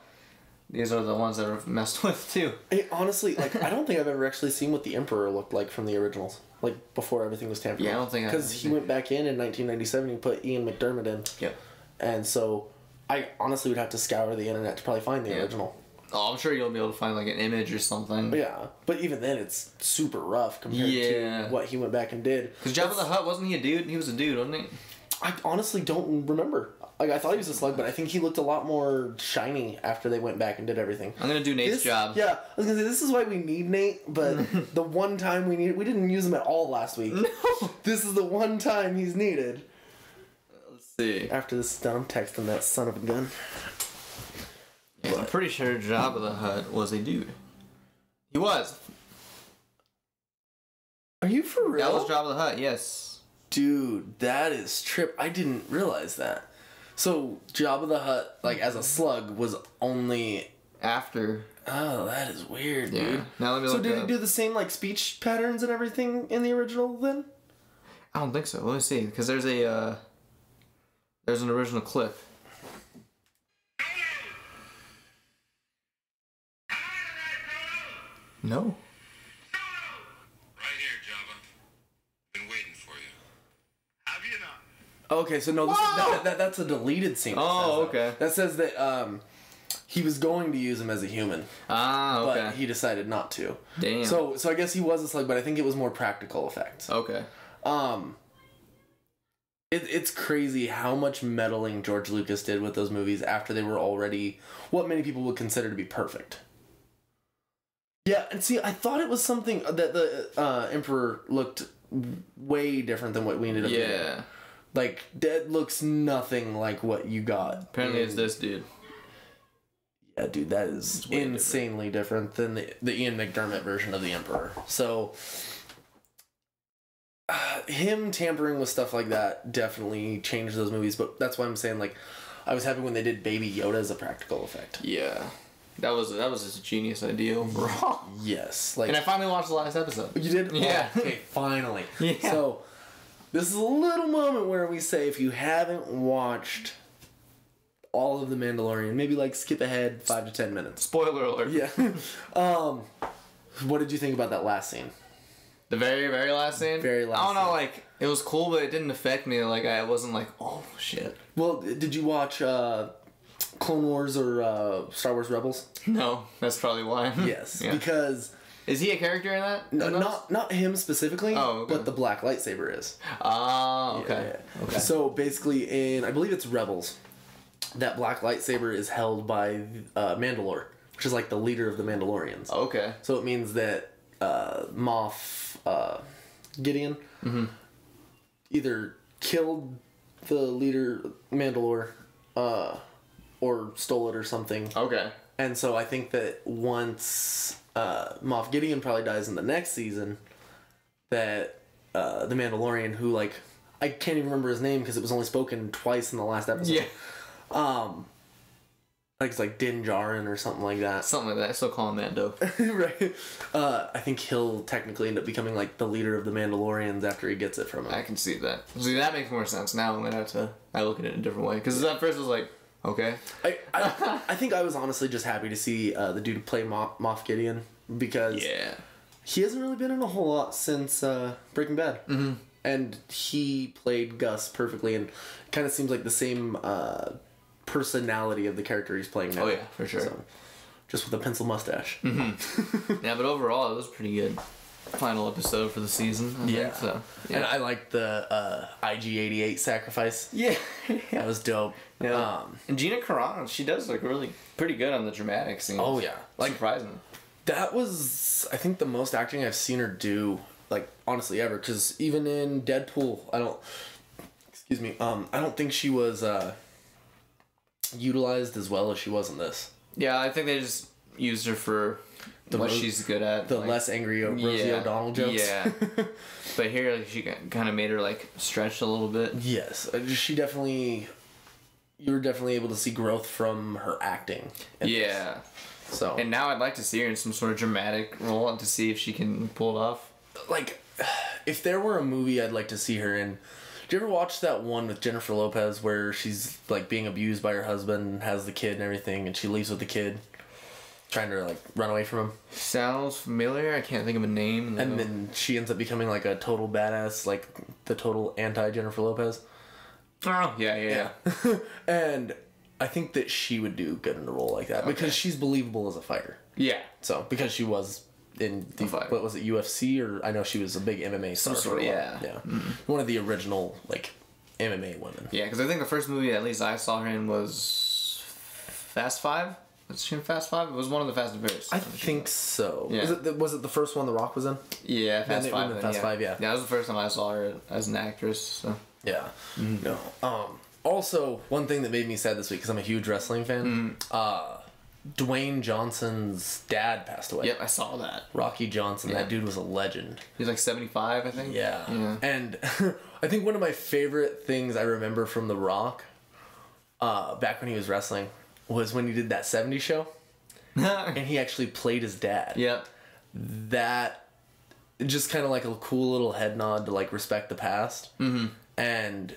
Speaker 2: these are the ones that are messed [LAUGHS] with too.
Speaker 1: It, honestly, like I don't think I've ever actually seen what the Emperor looked like from the originals. Like before everything was tampered.
Speaker 2: Yeah, I don't think I-
Speaker 1: because he went back in in 1997. He put Ian McDermott in,
Speaker 2: Yep.
Speaker 1: and so I honestly would have to scour the internet to probably find the
Speaker 2: Yeah.
Speaker 1: original.
Speaker 2: Oh, I'm sure you'll be able to find like an image or something.
Speaker 1: Oh, Yeah, but even then, it's super rough compared
Speaker 2: Yeah.
Speaker 1: to what he went back and did.
Speaker 2: Because Jabba the Hutt wasn't he a dude? He was a dude, wasn't he?
Speaker 1: I honestly don't remember. Like I thought he was a slug, but I think he looked a lot more shiny after they went back and did everything.
Speaker 2: I'm gonna do Nate's
Speaker 1: This,
Speaker 2: job.
Speaker 1: Yeah, I was gonna say this is why we need Nate,
Speaker 2: [LAUGHS]
Speaker 1: but the one time we need, we didn't use him at all last week.
Speaker 2: No.
Speaker 1: [LAUGHS] This is the one time he's needed.
Speaker 2: Let's see.
Speaker 1: After this is done, I'm texting that son of a gun.
Speaker 2: I'm pretty sure Jabba the Hutt was a dude. He was.
Speaker 1: Are you for real?
Speaker 2: That was Jabba the Hutt. Yes.
Speaker 1: Dude, that is trip. I didn't realize that. So Jabba the Hutt, like as a slug, was only.
Speaker 2: After.
Speaker 1: Oh, that is weird,
Speaker 2: Yeah.
Speaker 1: dude.
Speaker 2: Now let me
Speaker 1: So
Speaker 2: look
Speaker 1: did
Speaker 2: it
Speaker 1: he
Speaker 2: up.
Speaker 1: do the same like speech patterns and everything in the original then?
Speaker 2: I don't think so. Let me see. Because there's a. Uh, there's an original clip. No.
Speaker 3: Right here, Java. Been waiting for you. Have you not?
Speaker 1: Okay, so no, this, that, that, that's a deleted scene. that
Speaker 2: Oh,
Speaker 1: says that.
Speaker 2: okay.
Speaker 1: That says that um, he was going to use him as a human,
Speaker 2: Ah,
Speaker 1: but
Speaker 2: okay.
Speaker 1: he decided not to.
Speaker 2: Damn.
Speaker 1: So, so I guess he was a slug, but I think it was more practical effects.
Speaker 2: okay.
Speaker 1: Um, it, it's crazy how much meddling George Lucas did with those movies after they were already what many people would consider to be perfect. Yeah, and see, I thought it was something that the uh, Emperor looked w- way different than what we ended up getting.
Speaker 2: Yeah.
Speaker 1: Like, that looks nothing like what you got.
Speaker 2: Apparently it's
Speaker 1: in-
Speaker 2: this dude.
Speaker 1: yeah, dude, that is
Speaker 2: way different.
Speaker 1: insanely different. than the, the Ian McDermott version of the Emperor. So, [SIGHS] uh, him tampering with stuff like that definitely changed those movies. But that's why I'm saying like, I was happy when they did Baby Yoda as a practical effect.
Speaker 2: Yeah. That was that was just a genius idea overall.
Speaker 1: [LAUGHS] Yes, like
Speaker 2: And I finally watched the last episode.
Speaker 1: you did.
Speaker 2: Yeah.
Speaker 1: Oh, okay, finally.
Speaker 2: [LAUGHS] Yeah.
Speaker 1: So, this is a little moment where we say if you haven't watched all of the Mandalorian, maybe like skip ahead five to ten minutes.
Speaker 2: Spoiler alert.
Speaker 1: Yeah. [LAUGHS] um, What did you think about that last scene?
Speaker 2: The very, very last scene.
Speaker 1: Very last
Speaker 2: I don't know,
Speaker 1: scene.
Speaker 2: like it was cool, but it didn't affect me. Like I wasn't like, oh shit.
Speaker 1: Well, did you watch uh, Clone Wars or uh, Star Wars Rebels?
Speaker 2: No, that's probably why. [LAUGHS]
Speaker 1: Yes,
Speaker 2: Yeah.
Speaker 1: because
Speaker 2: Is he a character in that?
Speaker 1: no,
Speaker 2: In those?
Speaker 1: not not him specifically,
Speaker 2: Oh, okay.
Speaker 1: but the black lightsaber is.
Speaker 2: Ah, okay.
Speaker 1: Yeah.
Speaker 2: Okay.
Speaker 1: So basically, in I believe it's Rebels, that black lightsaber is held by uh, Mandalore, which is like the leader of the Mandalorians.
Speaker 2: okay.
Speaker 1: So it means that uh, Moff uh, Gideon either killed the leader Mandalore uh, or stole it or something.
Speaker 2: Okay.
Speaker 1: And so I think that once uh, Moff Gideon probably dies in the next season, that uh, the Mandalorian, who like I can't even remember his name because it was only spoken twice in the last episode.
Speaker 2: Yeah.
Speaker 1: like it's like Din Djarin or something like that.
Speaker 2: Something like that. I still call him Mando.
Speaker 1: [LAUGHS] right. Uh, I think he'll technically end up becoming like the leader of the Mandalorians after he gets it from him.
Speaker 2: I can see that. See, that makes more sense now. I'm gonna have to. I look at it a different way because at first I was like, okay,
Speaker 1: I,
Speaker 2: [LAUGHS]
Speaker 1: I, I think I was honestly just happy to see uh, the dude play Mo- Moff Gideon because
Speaker 2: yeah,
Speaker 1: he hasn't really been in a whole lot since uh, Breaking Bad. Mm-hmm. And he played Gus perfectly and kind of seems like the same uh, personality of the character he's playing now.
Speaker 2: Oh, yeah, Mm-hmm. for sure.
Speaker 1: just with a pencil mustache.
Speaker 2: [LAUGHS] yeah. But overall, it was pretty good. Final episode for the season. I
Speaker 1: Yeah.
Speaker 2: Think, so
Speaker 1: And
Speaker 2: yeah.
Speaker 1: I like the uh, IG88 sacrifice. [LAUGHS]
Speaker 2: yeah.
Speaker 1: That was dope.
Speaker 2: Yeah.
Speaker 1: Um,
Speaker 2: and Gina Carano, she does look really pretty good on the dramatic scenes.
Speaker 1: Oh, yeah.
Speaker 2: like surprising.
Speaker 1: That was, I think, the most acting I've seen her do, like honestly ever. Because even in Deadpool, I don't, excuse me, um, I don't think she was uh, utilized as well as she was in this.
Speaker 2: Yeah, I think they just used her for what
Speaker 1: ro-
Speaker 2: she's good at.
Speaker 1: The
Speaker 2: like-
Speaker 1: less angry o- Rosie
Speaker 2: Yeah,
Speaker 1: O'Donnell jokes. [LAUGHS]
Speaker 2: Yeah, but here like, she kind of made her like stretch a little bit.
Speaker 1: yes, uh, she definitely. You were definitely able to see growth from her acting. in this.
Speaker 2: Yeah.
Speaker 1: So
Speaker 2: And now I'd like to see her in some sort of dramatic role and to see if she can pull it off.
Speaker 1: like if there were a movie I'd like to see her in. Did you ever watch that one with Jennifer Lopez where she's like being abused by her husband, has the kid and everything, and she leaves with the kid, trying to like run away from him,
Speaker 2: Sounds familiar. I can't think of a name. Uh,
Speaker 1: and then she ends up becoming like a total badass, like the total anti Jennifer Lopez.
Speaker 2: oh, yeah, yeah, yeah. [LAUGHS]
Speaker 1: and I think that she would do good in a role like that because she's believable as a fighter.
Speaker 2: Yeah.
Speaker 1: So because she was in the
Speaker 2: A fighter.
Speaker 1: what was it UFC or I know she was a big MMA star.
Speaker 2: sort of-
Speaker 1: for a while.
Speaker 2: yeah. Mm-hmm.
Speaker 1: yeah, one of the original like MMA women.
Speaker 2: Yeah, because I think the first movie at least I saw her in was Fast Five. Was she in Fast Five? It was one of the Fast and Furious.
Speaker 1: I think so.
Speaker 2: Yeah.
Speaker 1: Was it the, was it the first one The Rock was in?
Speaker 2: Yeah, Fast
Speaker 1: it
Speaker 2: Five.
Speaker 1: would've been
Speaker 2: then,
Speaker 1: Fast
Speaker 2: yeah.
Speaker 1: Five, yeah.
Speaker 2: Yeah, that was the first time I saw her as an actress. So.
Speaker 1: Yeah.
Speaker 2: Mm-hmm.
Speaker 1: No. Um. Also, one thing that made me sad this week because I'm a huge wrestling
Speaker 2: Mm-hmm.
Speaker 1: fan. Uh, Dwayne Johnson's dad passed away.
Speaker 2: Yep, I saw that.
Speaker 1: Rocky Johnson.
Speaker 2: Yeah.
Speaker 1: That dude was a legend.
Speaker 2: He's like seventy five, I think.
Speaker 1: Yeah.
Speaker 2: Yeah.
Speaker 1: And [LAUGHS] I think one of my favorite things I remember from The Rock, uh, back when he was wrestling, was when he did that 70s show and he actually played his dad.
Speaker 2: [LAUGHS] yep.
Speaker 1: That just kind of like a cool little head nod to like respect the past and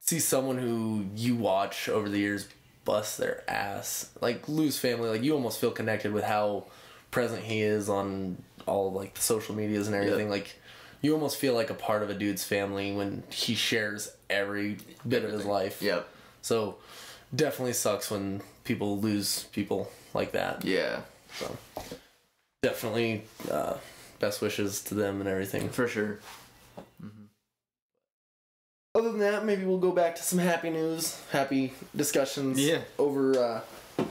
Speaker 1: see someone who you watch over the years bust their ass, like lose family, like you almost feel connected with how present he is on all like the social medias and everything. Like you almost feel like a part of a dude's family when he shares every bit of his life.
Speaker 2: Yep.
Speaker 1: So definitely sucks when people lose people like that.
Speaker 2: Yeah.
Speaker 1: So definitely uh, best wishes to them and everything.
Speaker 2: For sure.
Speaker 1: Other than that, maybe we'll go back to some happy news, happy discussions.
Speaker 2: Yeah.
Speaker 1: Over. Uh,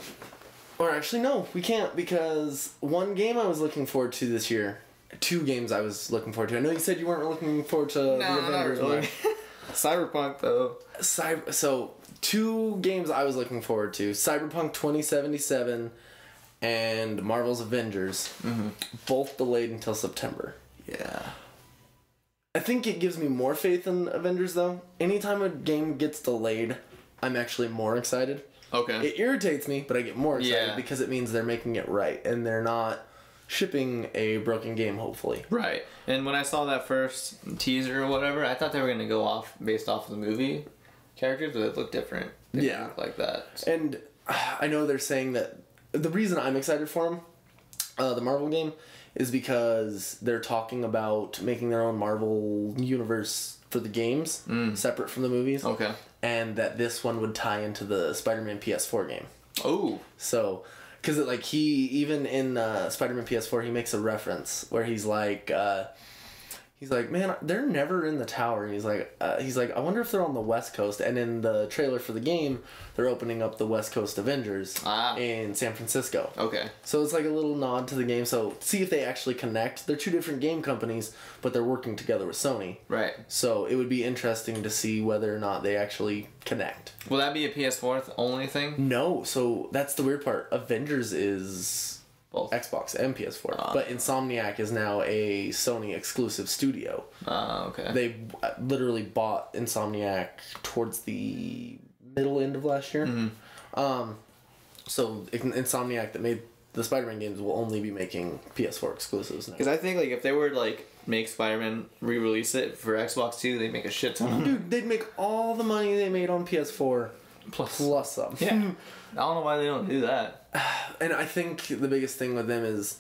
Speaker 1: or actually, no, we can't because one game I was looking forward to this year. Two games I was looking forward to. I know you said you weren't looking forward to the
Speaker 2: No, not
Speaker 1: Avengers one. [LAUGHS]
Speaker 2: really. [LAUGHS] Cyberpunk though.
Speaker 1: Cyber, so two games I was looking forward to: Cyberpunk 2077 and Marvel's Avengers,
Speaker 2: Mm-hmm.
Speaker 1: both delayed until September.
Speaker 2: Yeah.
Speaker 1: I think it gives me more faith in Avengers though. Anytime a game gets delayed, I'm actually more excited.
Speaker 2: Okay.
Speaker 1: It irritates me, but I get more excited
Speaker 2: Yeah.
Speaker 1: because it means they're making it right and they're not shipping a broken game hopefully.
Speaker 2: Right. And when I saw that first teaser or whatever, I thought they were gonna go off based off of the movie characters, but it looked different. They didn't
Speaker 1: Yeah.
Speaker 2: look like that.
Speaker 1: [SIGHS] And uh, I know they're saying that the reason I'm excited for them, uh, the Marvel game, is because they're talking about making their own Marvel universe for the games, separate from the movies.
Speaker 2: Mm. Okay.
Speaker 1: And that this one would tie into the Spider-Man PS4 game.
Speaker 2: Oh.
Speaker 1: So, because like he even in uh, Spider-Man PS4, he makes a reference where he's like, uh, he's like, man, they're never in the tower. And he's like, uh, he's like, I wonder if they're on the West Coast. And in the trailer for the game, they're opening up the West Coast Avengers
Speaker 2: Ah.
Speaker 1: in San Francisco.
Speaker 2: Okay.
Speaker 1: So it's like a little nod to the game. So see if they actually connect. They're two different game companies, but they're working together with Sony.
Speaker 2: Right.
Speaker 1: So it would be interesting to see whether or not they actually connect.
Speaker 2: Will that be a PS4 th- only thing?
Speaker 1: No, so that's the weird part. Avengers is
Speaker 2: Both.
Speaker 1: Xbox and PS4, but Insomniac is now a Sony exclusive studio.
Speaker 2: Ah, okay.
Speaker 1: They uh, literally bought Insomniac towards the middle end of last year. Um, so In- Insomniac that made the Spider-Man games will only be making PS4 exclusives now.
Speaker 2: Because I think like if they were to, like make Spider-Man re-release it for Xbox 2, they'd make a shit
Speaker 1: [LAUGHS]
Speaker 2: ton. Of-
Speaker 1: Dude, they'd make all the money they made on PS4
Speaker 2: Plus.
Speaker 1: plus some.
Speaker 2: yeah. [LAUGHS] I don't know why they don't do that.
Speaker 1: And I think the biggest thing with them is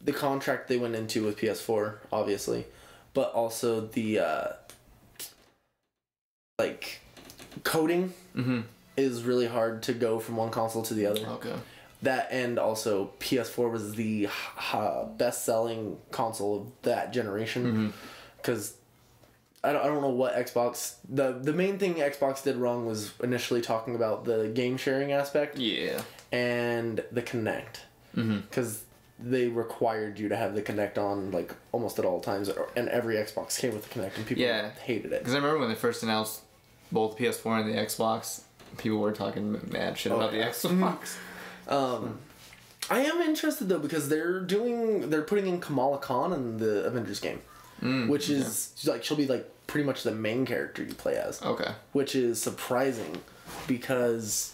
Speaker 1: the contract they went into with PS4, obviously, but also the uh, like coding is really hard to go from one console to the other.
Speaker 2: Mm-hmm. Okay.
Speaker 1: That and also PS4 was the uh, best-selling console of that generation because. I don't, I don't know what Xbox the the main thing Xbox did wrong was initially talking about the game sharing aspect
Speaker 2: Yeah.
Speaker 1: and the Connect,
Speaker 2: Mm-hmm.
Speaker 1: because they required you to have the Connect on like almost at all times, or- and every Xbox came with the Connect, and people
Speaker 2: Yeah.
Speaker 1: hated it.
Speaker 2: Because I remember when they first announced both PS4 and the Xbox, people were talking mad shit about
Speaker 1: yeah.
Speaker 2: the Xbox.
Speaker 1: I am interested though because they're doing they're putting in Kamala Khan in the Avengers game,
Speaker 2: Mm,
Speaker 1: which is she's like she'll be like pretty much the main character you play as,
Speaker 2: [LAUGHS] okay.
Speaker 1: which is surprising because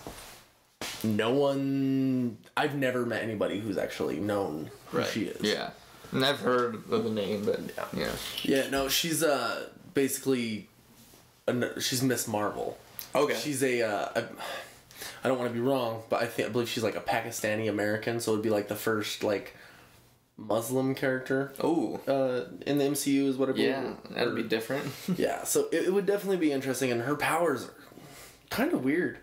Speaker 1: no one I've never met anybody who's actually known who she is.
Speaker 2: Yeah. And I've heard of the name, but yeah.
Speaker 1: Yeah, no, she's uh basically, an, she's Miss Marvel.
Speaker 2: Oh, Okay.
Speaker 1: She's a, uh, I, I don't want to be wrong, but I think I believe she's like a Pakistani American, so it'd be like the first like Muslim character
Speaker 2: oh.
Speaker 1: uh, in the MCU is what I believe.
Speaker 2: Yeah, that'd be different. [LAUGHS]
Speaker 1: Yeah, so it, it would definitely be interesting, and her powers are kind of weird.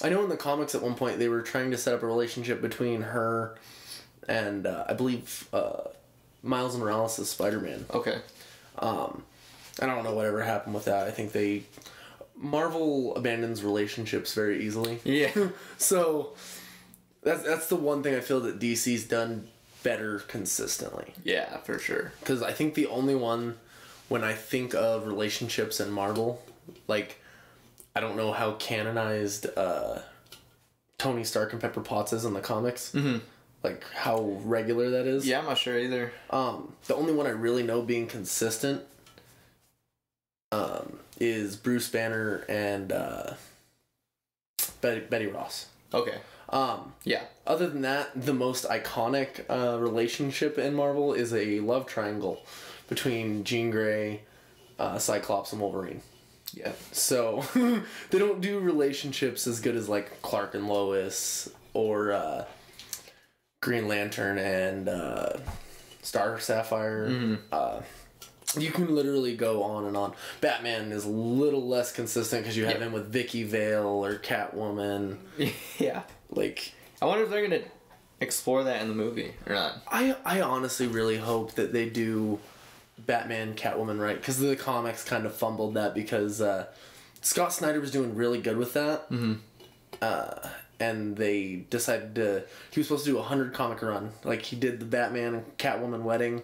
Speaker 1: I know in the comics at one point they were trying to set up a relationship between her and uh, I believe uh, Miles Morales' Spider Man.
Speaker 2: okay.
Speaker 1: I don't know whatever happened with that. I think they Marvel abandons relationships very easily.
Speaker 2: Yeah.
Speaker 1: So that's that's the one thing I feel that DC's done better consistently.
Speaker 2: yeah, for sure.
Speaker 1: Cuz I think the only one when I think of relationships in Marvel, like I don't know how canonized uh Tony Stark and Pepper Potts is in the comics. Like how regular that is.
Speaker 2: Yeah, I'm not sure either.
Speaker 1: Um, the only one I really know being consistent um, is Bruce Banner and uh, Betty, Betty Ross.
Speaker 2: Okay.
Speaker 1: Um,
Speaker 2: Yeah.
Speaker 1: other than that, the most iconic uh, relationship in Marvel is a love triangle between Jean Grey, uh, Cyclops, and Wolverine.
Speaker 2: Yeah.
Speaker 1: So [LAUGHS] they don't do relationships as good as like Clark and Lois or uh, Green Lantern and uh, Star Sapphire. Uh, you can literally go on and on. Batman is a little less consistent because you have him with Vicky Vale or Catwoman.
Speaker 2: [LAUGHS] yeah.
Speaker 1: Like
Speaker 2: I wonder if they're gonna explore that in the movie or not.
Speaker 1: I, I honestly really hope that they do Batman Catwoman right because the comics kind of fumbled that because uh, Scott Snyder was doing really good with that, mm-hmm. uh, and they decided to he was supposed to do a hundred comic run like he did the Batman and Catwoman wedding,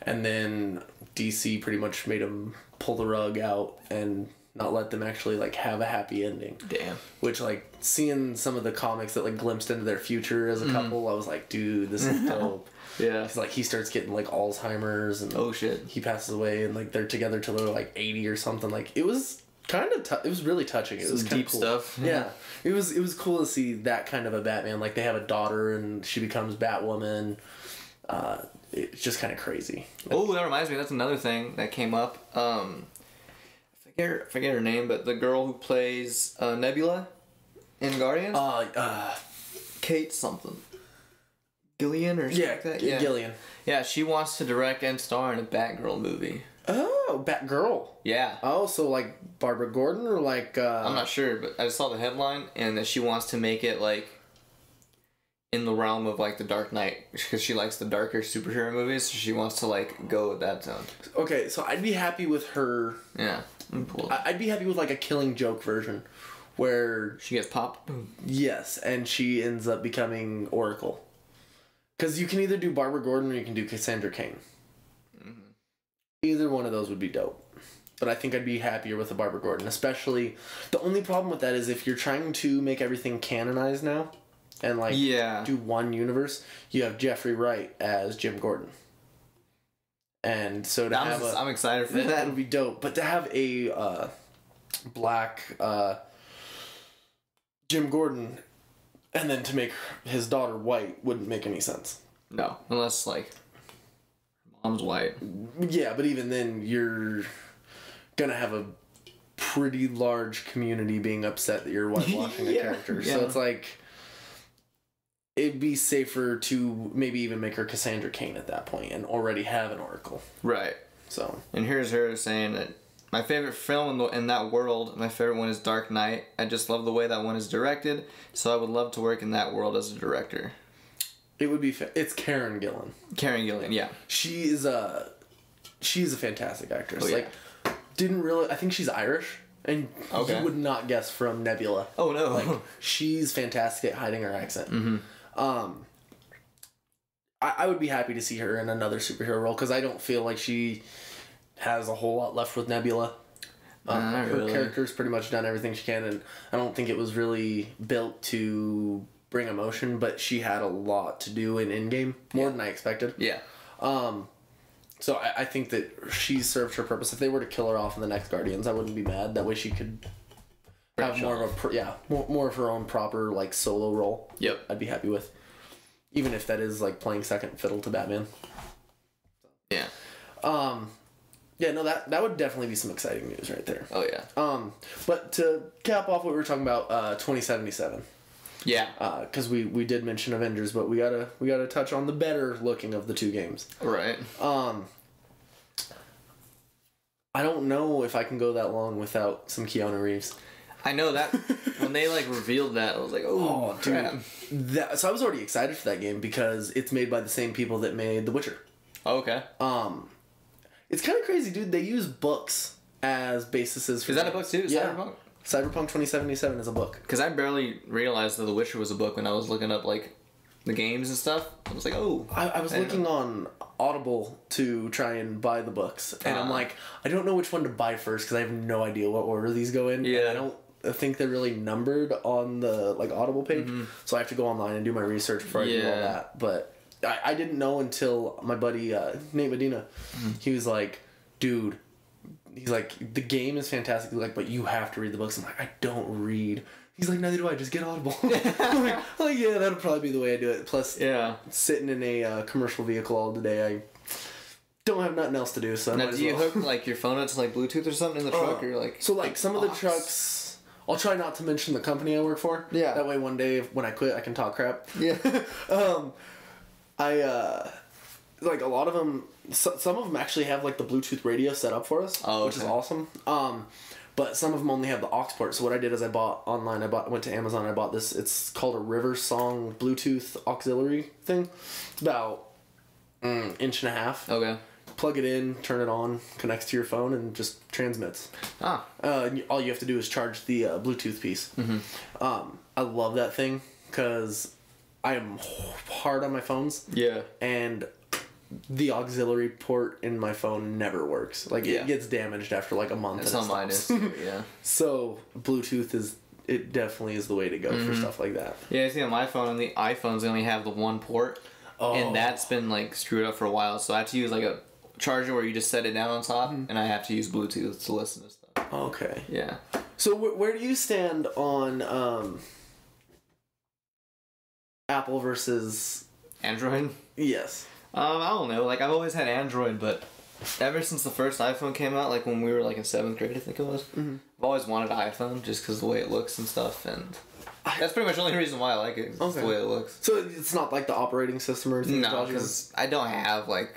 Speaker 1: and then DC pretty much made him pull the rug out and not let them actually like have a happy ending
Speaker 2: Damn.
Speaker 1: which like seeing some of the comics that like glimpsed into their future as a couple i was like dude this is dope
Speaker 2: Yeah.
Speaker 1: Cause like he starts getting like Alzheimer's and
Speaker 2: Oh shit.
Speaker 1: he passes away and like they're together till they're like eighty or something. Like it was kind of tou- it was really touching. It was kinda
Speaker 2: deep
Speaker 1: cool.
Speaker 2: stuff.
Speaker 1: [LAUGHS] Yeah, it was it was cool to see that kind of a Batman. Like they have a daughter and she becomes Batwoman. Uh, it's just kind of crazy.
Speaker 2: Oh, that reminds me. That's another thing that came up. Um, I forget I forget her name, but the girl who plays uh, Nebula in Guardians,
Speaker 1: Uh, uh
Speaker 2: Kate something. Gillian or something
Speaker 1: Yeah,
Speaker 2: like that?
Speaker 1: G-
Speaker 2: Yeah.
Speaker 1: Gillian.
Speaker 2: Yeah, she wants to direct and star in a Batgirl movie.
Speaker 1: Oh, Batgirl.
Speaker 2: Yeah.
Speaker 1: Oh, so like Barbara Gordon or like uh,
Speaker 2: I'm not sure, but I just saw the headline and that she wants to make it like in the realm of like the Dark Knight because she likes the darker superhero movies. So she wants to like go with that zone.
Speaker 1: okay. So I'd be happy with her.
Speaker 2: Yeah. Let me pull it.
Speaker 1: I- I'd be happy with like a Killing Joke version, where
Speaker 2: she gets popped. Boom.
Speaker 1: yes, and she ends up becoming Oracle. Because you can either do Barbara Gordon or you can do Cassandra King. Either one of those would be dope. But I think I'd be happier with a Barbara Gordon, especially. The only problem with that is if you're trying to make everything canonized now, and like
Speaker 2: Yeah.
Speaker 1: do one universe, you have Jeffrey Wright as Jim Gordon. And so to
Speaker 2: I'm,
Speaker 1: have a,
Speaker 2: I'm excited for
Speaker 1: that
Speaker 2: that.
Speaker 1: would be dope. But to have a uh, black uh, Jim Gordon, and then to make his daughter white wouldn't make any sense.
Speaker 2: No, unless like mom's white.
Speaker 1: Yeah, but even then, you're gonna have a pretty large community being upset that
Speaker 2: [LAUGHS]
Speaker 1: you're whitewashing a
Speaker 2: Yeah,
Speaker 1: character.
Speaker 2: yeah.
Speaker 1: So it's like it'd be safer to maybe even make her Cassandra Kane at that point and already have an Oracle.
Speaker 2: Right.
Speaker 1: So
Speaker 2: And here's her saying that my favorite film in, the, in that world, my favorite one is Dark Knight. I just love the way that one is directed, so I would love to work in that world as a director.
Speaker 1: it would be. Fa- it's Karen Gillan.
Speaker 2: Karen Gillan, yeah.
Speaker 1: She is a she's a fantastic actress.
Speaker 2: Oh, yeah.
Speaker 1: Like didn't really. I think she's Irish, and
Speaker 2: Okay.
Speaker 1: you would not guess from Nebula.
Speaker 2: [LAUGHS] Oh no.
Speaker 1: she's fantastic at hiding her accent.
Speaker 2: Mm-hmm.
Speaker 1: Um, I, I would be happy to see her in another superhero role because I don't feel like she has a whole lot left with Nebula. Um,
Speaker 2: Not
Speaker 1: her
Speaker 2: really.
Speaker 1: character's pretty much done everything she can, and I don't think it was really built to bring emotion, but she had a lot to do in Endgame, more than I expected.
Speaker 2: yeah.
Speaker 1: So I, I think that she served her purpose. If they were to kill her off in the next Guardians, I wouldn't be mad. That way she could have more of a pr- yeah more, more of her own proper like solo role.
Speaker 2: Yep.
Speaker 1: I'd be happy with, even if that is like playing second fiddle to Batman.
Speaker 2: Yeah.
Speaker 1: Um, yeah, no that that would definitely be some exciting news right there.
Speaker 2: Oh yeah.
Speaker 1: Um, but to cap off what we were talking about, uh, twenty seventy seven.
Speaker 2: Yeah.
Speaker 1: Because we, we did mention Avengers, but we gotta we gotta touch on the better looking of the two games.
Speaker 2: right.
Speaker 1: Um, I don't know if I can go that long without some Keanu Reeves.
Speaker 2: I know [LAUGHS] that when they like revealed that, I was like, oh,
Speaker 1: dude.
Speaker 2: crap.
Speaker 1: That, so I was already excited for that game because it's made by the same people that made The Witcher.
Speaker 2: Okay.
Speaker 1: Um, it's kind of crazy, dude. They use books as basis for.
Speaker 2: Is that a book too? Is
Speaker 1: yeah.
Speaker 2: that a book?
Speaker 1: Cyberpunk 2077 is a book.
Speaker 2: Because I barely realized that The Witcher was a book when I was looking up like the games and stuff. I was like, oh.
Speaker 1: I, I was
Speaker 2: I didn't
Speaker 1: looking on Audible to try and buy the books, and I'm
Speaker 2: Ah.
Speaker 1: like, I don't know which one to buy first because I have no idea what order these go in. and
Speaker 2: Yeah.
Speaker 1: I don't think they're really numbered on the like Audible page, so I have to go online and do my research before I do all
Speaker 2: Mm-hmm. Yeah.
Speaker 1: that. But I, I didn't know until my buddy uh, Nate Medina,
Speaker 2: Mm-hmm.
Speaker 1: he was like, dude. He's like, the game is fantastic. He's like, but you have to read the books. I'm like, I don't read. He's like, neither do I. Just get Audible. [LAUGHS] I'm like, oh yeah, that'll probably be the way I do it. Plus,
Speaker 2: Yeah.
Speaker 1: sitting in a uh, commercial vehicle all the day. I don't have nothing else to do, so I
Speaker 2: Now,
Speaker 1: might as
Speaker 2: do you
Speaker 1: well. Oh.
Speaker 2: hook like your phone up to like Bluetooth or something in the truck, or like?
Speaker 1: so like some of the
Speaker 2: box?
Speaker 1: trucks. I'll try not to mention the company I work for.
Speaker 2: Yeah.
Speaker 1: That way, one day if- when I quit, I can talk crap.
Speaker 2: [LAUGHS] Yeah.
Speaker 1: [LAUGHS] Um, I uh, like a lot of them. So, some of them actually have like the Bluetooth radio set up for us,
Speaker 2: Oh,
Speaker 1: which is
Speaker 2: okay.
Speaker 1: awesome. Um, but some of them only have the aux port. So what I did is I bought online. I bought went to Amazon. I bought this. It's called a River Song Bluetooth auxiliary thing. It's about mm, inch and a half.
Speaker 2: okay.
Speaker 1: Plug it in, turn it on, connects to your phone, and just transmits.
Speaker 2: Ah.
Speaker 1: Uh, and you- all you have to do is charge the uh, Bluetooth piece.
Speaker 2: Mm-hmm.
Speaker 1: Um, I love that thing because I am h- hard on my phones,
Speaker 2: Yeah.
Speaker 1: and the auxiliary port in my phone never works. Like
Speaker 2: Yeah.
Speaker 1: it gets damaged after like a month.
Speaker 2: That's
Speaker 1: and
Speaker 2: not
Speaker 1: it
Speaker 2: mine.
Speaker 1: stops.
Speaker 2: Is yeah.
Speaker 1: [LAUGHS] So Bluetooth is it definitely is the way to go
Speaker 2: Mm-hmm.
Speaker 1: for stuff like that.
Speaker 2: Yeah, I see on my phone, the iPhones only have the one port,
Speaker 1: Oh.
Speaker 2: and that's been like screwed up for a while. So I have to use like a charger where you just set it down on top,
Speaker 1: Mm-hmm.
Speaker 2: and I have to use Bluetooth to listen to stuff.
Speaker 1: Okay.
Speaker 2: Yeah.
Speaker 1: So wh- where do you stand on um, Apple versus
Speaker 2: Android.
Speaker 1: yes?
Speaker 2: Um, I don't know. Like I've always had Android, but ever since the first iPhone came out, like when we Mm-hmm. were like in seventh grade, I think it was, I've always wanted an iPhone just because the way it looks and stuff. And That's pretty much the only reason why I like it. 'cause It's
Speaker 1: Okay.
Speaker 2: the way it looks.
Speaker 1: So it's not like the operating system or anything.
Speaker 2: No,
Speaker 1: dodgy?
Speaker 2: because I don't have like.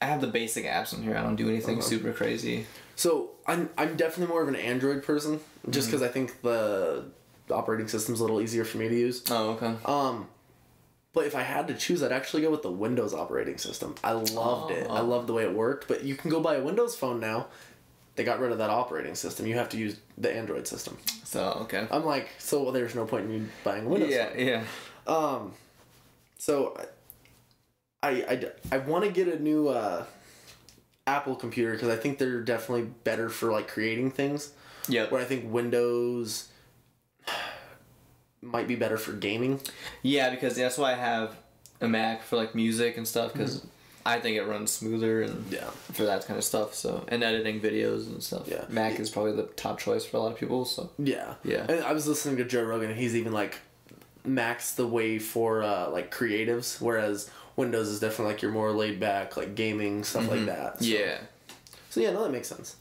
Speaker 2: I have the basic apps on here. I don't do anything super crazy.
Speaker 1: So I'm I'm definitely more of an Android person,
Speaker 2: Mm-hmm.
Speaker 1: just because I think the operating system's a little easier for me to use.
Speaker 2: Oh, okay.
Speaker 1: Um, but if I had to choose, I'd actually go with the Windows operating system. I loved it.
Speaker 2: Oh.
Speaker 1: I loved the way it worked. But you can go buy a Windows phone now. They got rid of that operating system. You have to use the Android system.
Speaker 2: So okay.
Speaker 1: I'm like, so well, there's no point in you buying a Windows.
Speaker 2: Yeah,
Speaker 1: phone.
Speaker 2: yeah.
Speaker 1: So I I, I, want to get a new uh, Apple computer because I think they're definitely better for like creating things.
Speaker 2: Yep.
Speaker 1: Where I think Windows [SIGHS] might be better for gaming.
Speaker 2: Yeah, because that's why I have a Mac for like music and stuff because I think it runs smoother and
Speaker 1: Yeah.
Speaker 2: for that kind of stuff. So and editing videos and stuff.
Speaker 1: Yeah.
Speaker 2: Mac is probably the top choice for a lot of people. So
Speaker 1: Yeah.
Speaker 2: Yeah.
Speaker 1: And I was listening to Joe Rogan and he's even like Mac's the way for uh like creatives, whereas Windows is definitely like you're more laid back, like gaming, stuff like that. So,
Speaker 2: Mm-hmm. yeah, Mm-hmm.
Speaker 1: So yeah, no, that makes sense.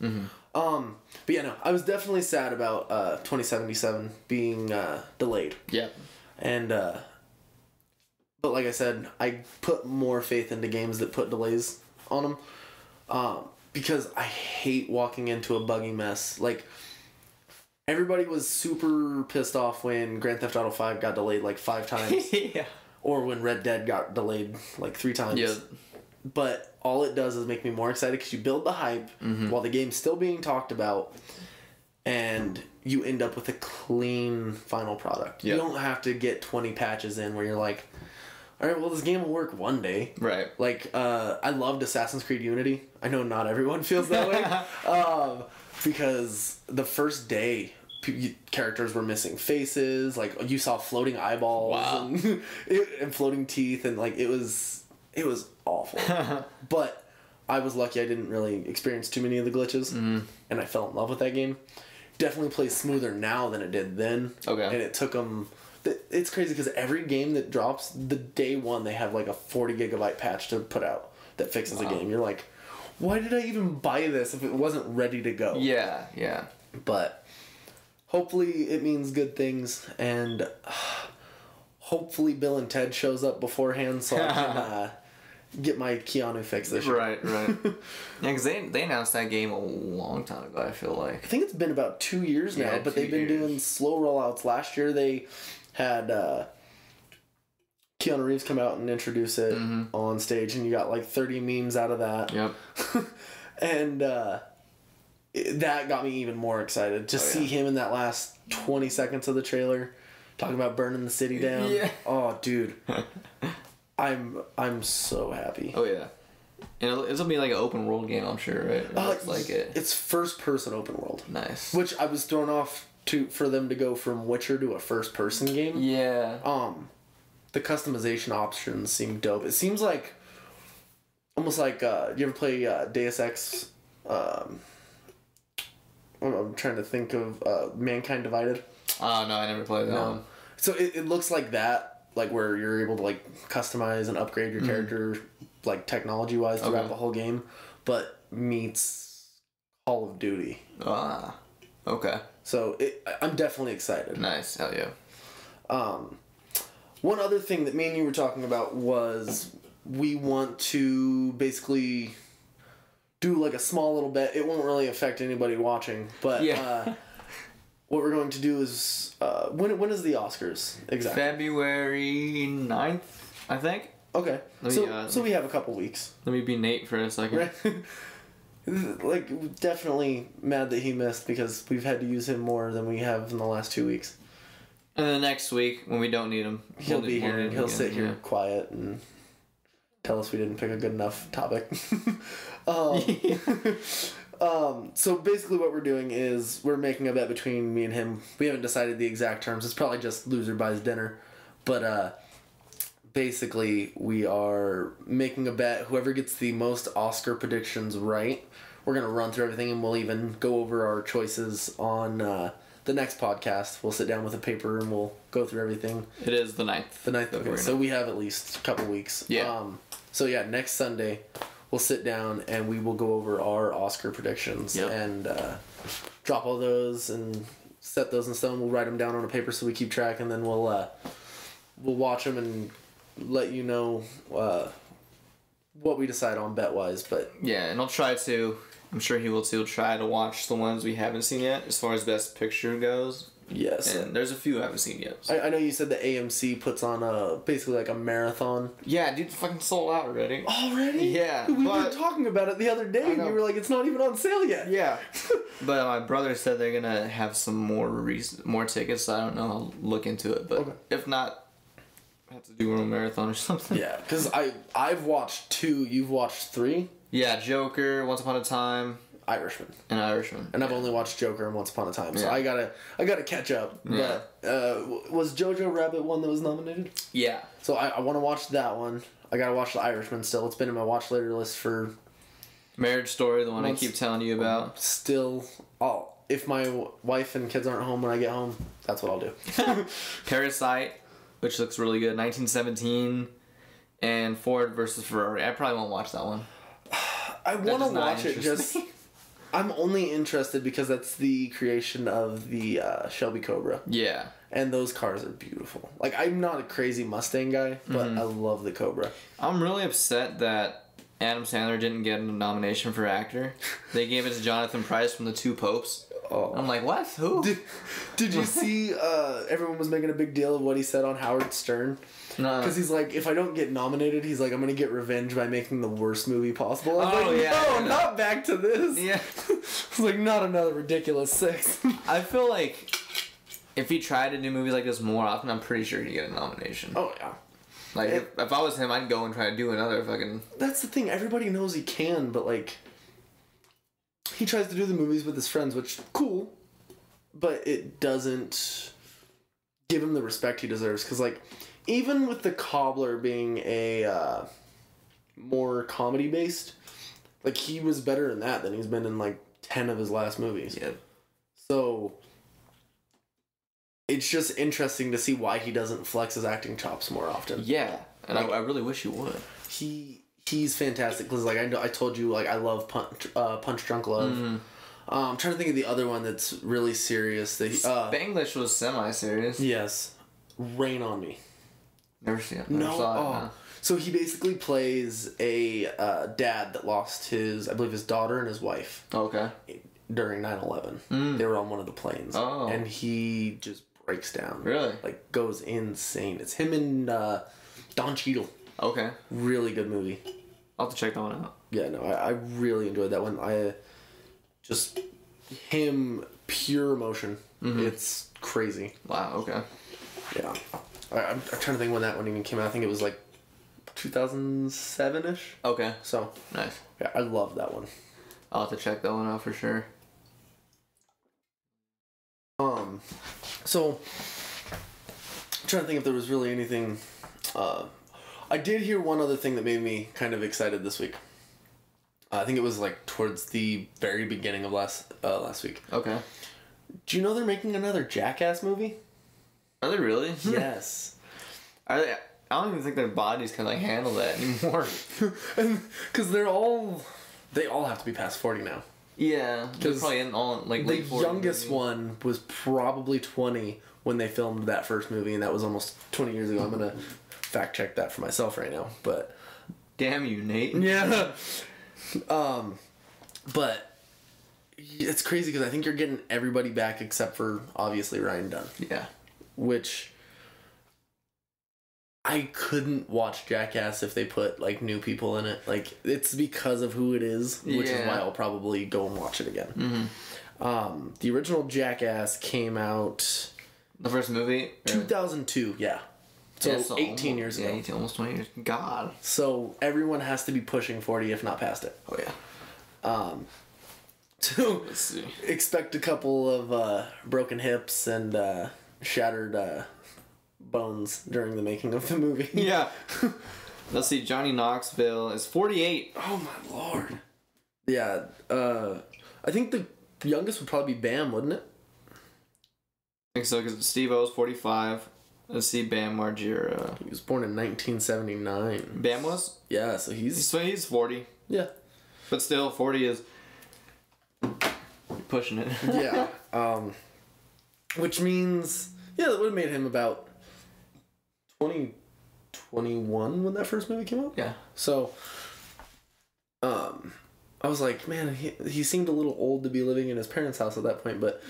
Speaker 1: Um but yeah, no, I was definitely sad about uh twenty seventy seven being uh delayed.
Speaker 2: yeah,
Speaker 1: And uh but like I said, I put more faith into games that put delays on them. Um because I hate walking into a buggy mess. Like everybody was super pissed off when Grand Theft Auto 5 got delayed like 5 times
Speaker 2: yeah,
Speaker 1: or when Red Dead got delayed like 3 times.
Speaker 2: yeah.
Speaker 1: But all it does is make me more excited cuz you build the hype while the game's still being talked about and you end up with a clean final product. You
Speaker 2: Yeah.
Speaker 1: don't have to get 20 patches in where you're like, all right, well, this game will work one day.
Speaker 2: Right.
Speaker 1: Like, uh, I loved Assassin's Creed Unity. I know not everyone feels that
Speaker 2: [LAUGHS]
Speaker 1: way. um, because the first day, pe- you- characters were missing faces. Like, you saw floating eyeballs
Speaker 2: Wow.
Speaker 1: and, [LAUGHS] it, and floating teeth. And, like, it was, it was
Speaker 2: [LAUGHS]
Speaker 1: awful. but I was lucky I didn't really experience too many of the glitches.
Speaker 2: Mm-hmm.
Speaker 1: And I fell in love with that game. Definitely plays smoother now than it did then.
Speaker 2: Okay.
Speaker 1: And it took them. It's crazy because every game that drops, the day one they have like a forty gigabyte patch to put out that fixes a game. You're like, why did I even buy this if it wasn't ready to go?
Speaker 2: Yeah, yeah.
Speaker 1: But hopefully it means good things, and [SIGHS] hopefully Bill and Ted shows up beforehand so I
Speaker 2: [LAUGHS]
Speaker 1: can uh, get my Keanu fix this year.
Speaker 2: Right, right. yeah, because they, they announced that game a long time ago, I feel like.
Speaker 1: I think it's been about two years now,
Speaker 2: Yeah,
Speaker 1: but
Speaker 2: two
Speaker 1: they've been
Speaker 2: years.
Speaker 1: doing slow rollouts. Last year they had uh, Keanu Reeves come out and introduce it
Speaker 2: Mm-hmm.
Speaker 1: on stage, and you got like 30 memes out of that.
Speaker 2: Yep.
Speaker 1: And uh, it- that got me even more excited
Speaker 2: Oh,
Speaker 1: to see him in that last 20 seconds of the trailer talking about burning the city down.
Speaker 2: Yeah.
Speaker 1: Oh, dude.
Speaker 2: [LAUGHS]
Speaker 1: I'm I'm so happy.
Speaker 2: Oh, yeah. And it'll, it'll be like an open world game, I'm sure, right? It looks
Speaker 1: Uh,
Speaker 2: like it.
Speaker 1: It's first person open world.
Speaker 2: Nice.
Speaker 1: which I was thrown off to for them to go from Witcher to a first person game.
Speaker 2: yeah.
Speaker 1: Um, the customization options seem dope. It seems like almost like uh, you ever play uh, Deus Ex? Um, I'm- I'm trying to think of uh, Mankind Divided.
Speaker 2: Oh, no, I never played that one.
Speaker 1: So it, it looks like that, like where you're able to like customize and upgrade your character, like technology wise throughout
Speaker 2: Okay.
Speaker 1: the whole game, but meets Call of Duty.
Speaker 2: Ah. Okay.
Speaker 1: So it, I- I'm definitely excited.
Speaker 2: Nice. Hell yeah.
Speaker 1: Um, one other thing that me and you were talking about was we want to basically do like a small little bet. It won't really affect anybody watching, but
Speaker 2: Yeah.
Speaker 1: uh, what we're going to do is uh, when when is the Oscars exactly?
Speaker 2: February 9th, I think.
Speaker 1: okay,
Speaker 2: Let me,
Speaker 1: so
Speaker 2: uh,
Speaker 1: so we have a couple weeks. [LAUGHS]
Speaker 2: Let me be Nate for a second.
Speaker 1: Right? like definitely mad that he missed because we've had to use him more than we have in the last two weeks.
Speaker 2: And then next week, when we don't need him,
Speaker 1: He'll
Speaker 2: we'll
Speaker 1: be
Speaker 2: do-
Speaker 1: here.
Speaker 2: we'll do
Speaker 1: and
Speaker 2: it
Speaker 1: He'll
Speaker 2: again.
Speaker 1: sit here
Speaker 2: Yeah.
Speaker 1: quiet and tell us we didn't pick a good enough topic. [LAUGHS] um, um, so basically, what we're doing is we're making a bet between me and him. We haven't decided the exact terms. It's probably just loser buys dinner, but uh, basically, we are making a bet. Whoever gets the most Oscar predictions right, we're gonna run through everything, and we'll even go over our choices on. Uh, the next podcast, we'll sit down with a paper and we'll go through everything.
Speaker 2: It is the 9th.
Speaker 1: [LAUGHS] The ninth. Okay,
Speaker 2: February
Speaker 1: so we have at least a couple weeks.
Speaker 2: Yeah.
Speaker 1: Um, so yeah, next Sunday, we'll sit down and we will go over our Oscar predictions
Speaker 2: Yep.
Speaker 1: and uh, drop all those and set those in stone. We'll write them down on a paper so we keep track, and then we'll uh, we'll watch them and let you know uh, what we decide on bet wise. But
Speaker 2: Yeah, and I'll try to. I'm sure he will too. Try to watch the ones we haven't seen yet, as far as best picture goes.
Speaker 1: yes,
Speaker 2: And there's a few I haven't seen yet. so-
Speaker 1: I, I know you said the AMC puts on a basically like a marathon
Speaker 2: Yeah, dude, fucking sold out
Speaker 1: Oh,
Speaker 2: already.
Speaker 1: already.
Speaker 2: Yeah,
Speaker 1: we were
Speaker 2: but-
Speaker 1: talking about it the other day, and
Speaker 2: know.
Speaker 1: you were like, "It's not even on sale yet."
Speaker 2: Yeah, [LAUGHS] but my brother said they're gonna have some more rec- more tickets. So I don't know. I'll look into it, but
Speaker 1: Okay.
Speaker 2: if not, I have to do a marathon or [LAUGHS] something.
Speaker 1: Yeah, because I I've watched two, you've watched three,
Speaker 2: Yeah, Joker, Once Upon a Time,
Speaker 1: Irishman,
Speaker 2: and Irishman.
Speaker 1: and I've only watched Joker and Once Upon a Time, so
Speaker 2: Yeah.
Speaker 1: I gotta I gotta catch up.
Speaker 2: Yeah.
Speaker 1: But uh, w- was Jojo Rabbit one that was nominated?
Speaker 2: Yeah,
Speaker 1: So I, I want to watch that one. I gotta watch The Irishman still. It's been in my watch later list for
Speaker 2: Marriage Story, the one
Speaker 1: Once-
Speaker 2: I keep telling you about.
Speaker 1: still. Oh, if my w- wife and kids aren't home when I get home, that's what I'll do.
Speaker 2: Parasite, which looks really good. 1917, and Ford versus Ferrari. I probably won't watch that one.
Speaker 1: I want to
Speaker 2: does not
Speaker 1: watch it
Speaker 2: interest
Speaker 1: just. I'm only interested because that's the creation of the uh, Shelby Cobra.
Speaker 2: Yeah.
Speaker 1: and those cars are beautiful. Like I'm not a crazy Mustang guy, but
Speaker 2: Mm-hmm.
Speaker 1: I love the Cobra.
Speaker 2: I'm really upset that Adam Sandler didn't get a nomination for actor. They gave it to Jonathan Price from The Two Popes.
Speaker 1: Oh.
Speaker 2: I'm like, what? Who?
Speaker 1: Did, did you see uh, everyone was making a big deal of what he said on Howard Stern?
Speaker 2: No.
Speaker 1: Because he's like, if I don't get nominated, he's like, I'm gonna get revenge by making the worst movie possible. I'm
Speaker 2: Oh,
Speaker 1: like,
Speaker 2: yeah,
Speaker 1: no,
Speaker 2: yeah, yeah.
Speaker 1: not back to this.
Speaker 2: Yeah.
Speaker 1: [LAUGHS] it's like not another ridiculous six.
Speaker 2: I feel like if he tried to do movies like this more often, I'm pretty sure he'd get a nomination.
Speaker 1: [LAUGHS] oh yeah,
Speaker 2: like, if, if I was him, I'd go and try to do another fucking.
Speaker 1: that's the thing. Everybody knows he can, but like, he tries to do the movies with his friends, which cool, but it doesn't give him the respect he deserves. Because like, even with the cobbler being a uh, more comedy based, like he was better in that than he's been in like ten of his last movies.
Speaker 2: Yeah.
Speaker 1: So. It's just interesting to see why he doesn't flex his acting chops more often
Speaker 2: Yeah. And I, I really wish he would.
Speaker 1: he he's fantastic because like I know I told you like I love Punch uh, Punch Drunk Love.
Speaker 2: Mm-hmm.
Speaker 1: Um, I'm trying to think of the other one that's really serious. That he, uh,
Speaker 2: Spanglish was semi serious.
Speaker 1: yes, Rain on Me.
Speaker 2: Never seen it. Never
Speaker 1: No,
Speaker 2: saw it.
Speaker 1: oh.
Speaker 2: no.
Speaker 1: so he basically plays a uh, dad that lost his I believe his daughter and his wife
Speaker 2: Okay.
Speaker 1: during 9-11. They were on one of the planes,
Speaker 2: Mm. Oh.
Speaker 1: and he just breaks down.
Speaker 2: Really?
Speaker 1: like goes insane. It's him and uh, Don Cheadle.
Speaker 2: Okay.
Speaker 1: Really good movie.
Speaker 2: I'll have to check that one out.
Speaker 1: yeah, no, I, I really enjoyed that one. I uh, just him pure emotion. It's crazy.
Speaker 2: Wow, okay.
Speaker 1: Yeah, I, I'm, I'm trying to think when that one even came out. I think it was like 2007 ish.
Speaker 2: Okay.
Speaker 1: So
Speaker 2: Nice.
Speaker 1: yeah, I love that one.
Speaker 2: I'll have to check that one out for sure.
Speaker 1: Um, so I'm trying to think if there was really anything. Uh, I did hear one other thing that made me kind of excited this week. I think it was like towards the very beginning of last uh, last week.
Speaker 2: Okay.
Speaker 1: Do you know they're making another Jackass movie?
Speaker 2: Are they really?
Speaker 1: Hmm. [LAUGHS] Yes.
Speaker 2: [LAUGHS] Are they? I don't even think their bodies can like handle that
Speaker 1: [LAUGHS]
Speaker 2: anymore.
Speaker 1: Because they're all, they all have to be past 40 now.
Speaker 2: yeah, they're
Speaker 1: 'Cause
Speaker 2: probably in all like
Speaker 1: The
Speaker 2: late 40s,
Speaker 1: youngest
Speaker 2: maybe.
Speaker 1: one was probably 20 when they filmed that first movie, and that was almost 20 years ago. I'm going to fact check that for myself right now. But,
Speaker 2: Damn you, Nate.
Speaker 1: yeah. [LAUGHS] um, but it's crazy because I think you're getting everybody back except for obviously Ryan Dunn,
Speaker 2: Yeah.
Speaker 1: which. I couldn't watch Jackass if they put like new people in it. Like it's because of who it is, which is
Speaker 2: Yeah.
Speaker 1: why I'll probably go and watch it again. Um, the original Jackass came out
Speaker 2: The first movie. or-
Speaker 1: 2002. Yeah, so
Speaker 2: Yeah,
Speaker 1: 18
Speaker 2: almost-
Speaker 1: years
Speaker 2: Yeah,
Speaker 1: ago.
Speaker 2: 18, almost 20 years. God.
Speaker 1: So everyone has to be pushing 40, if not past it.
Speaker 2: Oh yeah.
Speaker 1: So
Speaker 2: Let's see.
Speaker 1: expect a couple of uh, broken hips and uh, shattered uh, bones during the making of the movie.
Speaker 2: Yeah. [LAUGHS] Let's see. Johnny Knoxville is 48.
Speaker 1: Oh my lord. Yeah, uh, I think the youngest would probably be Bam, wouldn't it?
Speaker 2: I think so because Steve O's 45. Let's see. Bam Margera.
Speaker 1: He was born in 1979.
Speaker 2: Bam was.
Speaker 1: Yeah, so he's
Speaker 2: So he's 40,
Speaker 1: yeah,
Speaker 2: but still 40 is. You're pushing it. [LAUGHS]
Speaker 1: yeah. [LAUGHS] Um, Which means, yeah, that would have made him about 20, 21 when that first movie came out.
Speaker 2: Yeah.
Speaker 1: So, um, I was like, man, he, he seemed a little old to be living in his parents' house at that point, but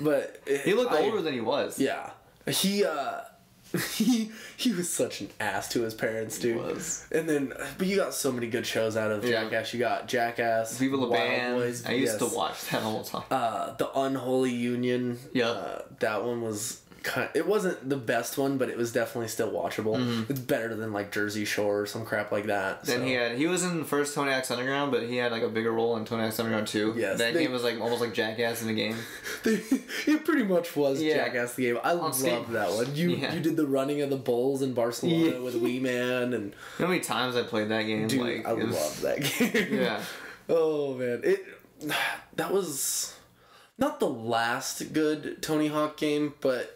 Speaker 1: but
Speaker 2: He looked
Speaker 1: I-
Speaker 2: older than he was.
Speaker 1: Yeah, he uh, [LAUGHS] he he was such an ass to his parents, dude.
Speaker 2: was.
Speaker 1: And then, but you got so many good shows out of
Speaker 2: Yeah.
Speaker 1: Jackass. You got Jackass,
Speaker 2: Viva La
Speaker 1: Wild
Speaker 2: Band.
Speaker 1: Boys,
Speaker 2: I used to
Speaker 1: yes.
Speaker 2: watch that all
Speaker 1: [LAUGHS]
Speaker 2: the time.
Speaker 1: uh, the Unholy Union.
Speaker 2: Yeah.
Speaker 1: uh, that one was. Kind it wasn't the best one, but it was definitely still watchable. It's better than like Jersey Shore or some crap like that.
Speaker 2: Mm-hmm. Then
Speaker 1: so.
Speaker 2: he had he was in the first Tony Axe Underground, but he had like a bigger role in Tony Axe Underground Two.
Speaker 1: Yes,
Speaker 2: that
Speaker 1: they-
Speaker 2: game was like almost like Jackass in the game.
Speaker 1: [LAUGHS] it pretty much was
Speaker 2: Yeah.
Speaker 1: Jackass the game. I love
Speaker 2: skateboards.
Speaker 1: that one. You
Speaker 2: Yeah.
Speaker 1: you did the running of the bulls in Barcelona
Speaker 2: [LAUGHS] Yeah.
Speaker 1: with Wee Man and
Speaker 2: You know how many times I played that game?
Speaker 1: dude,
Speaker 2: like
Speaker 1: I
Speaker 2: it was-
Speaker 1: love that [LAUGHS] game.
Speaker 2: Yeah,
Speaker 1: Oh man, it that was not the last good Tony Hawk game, but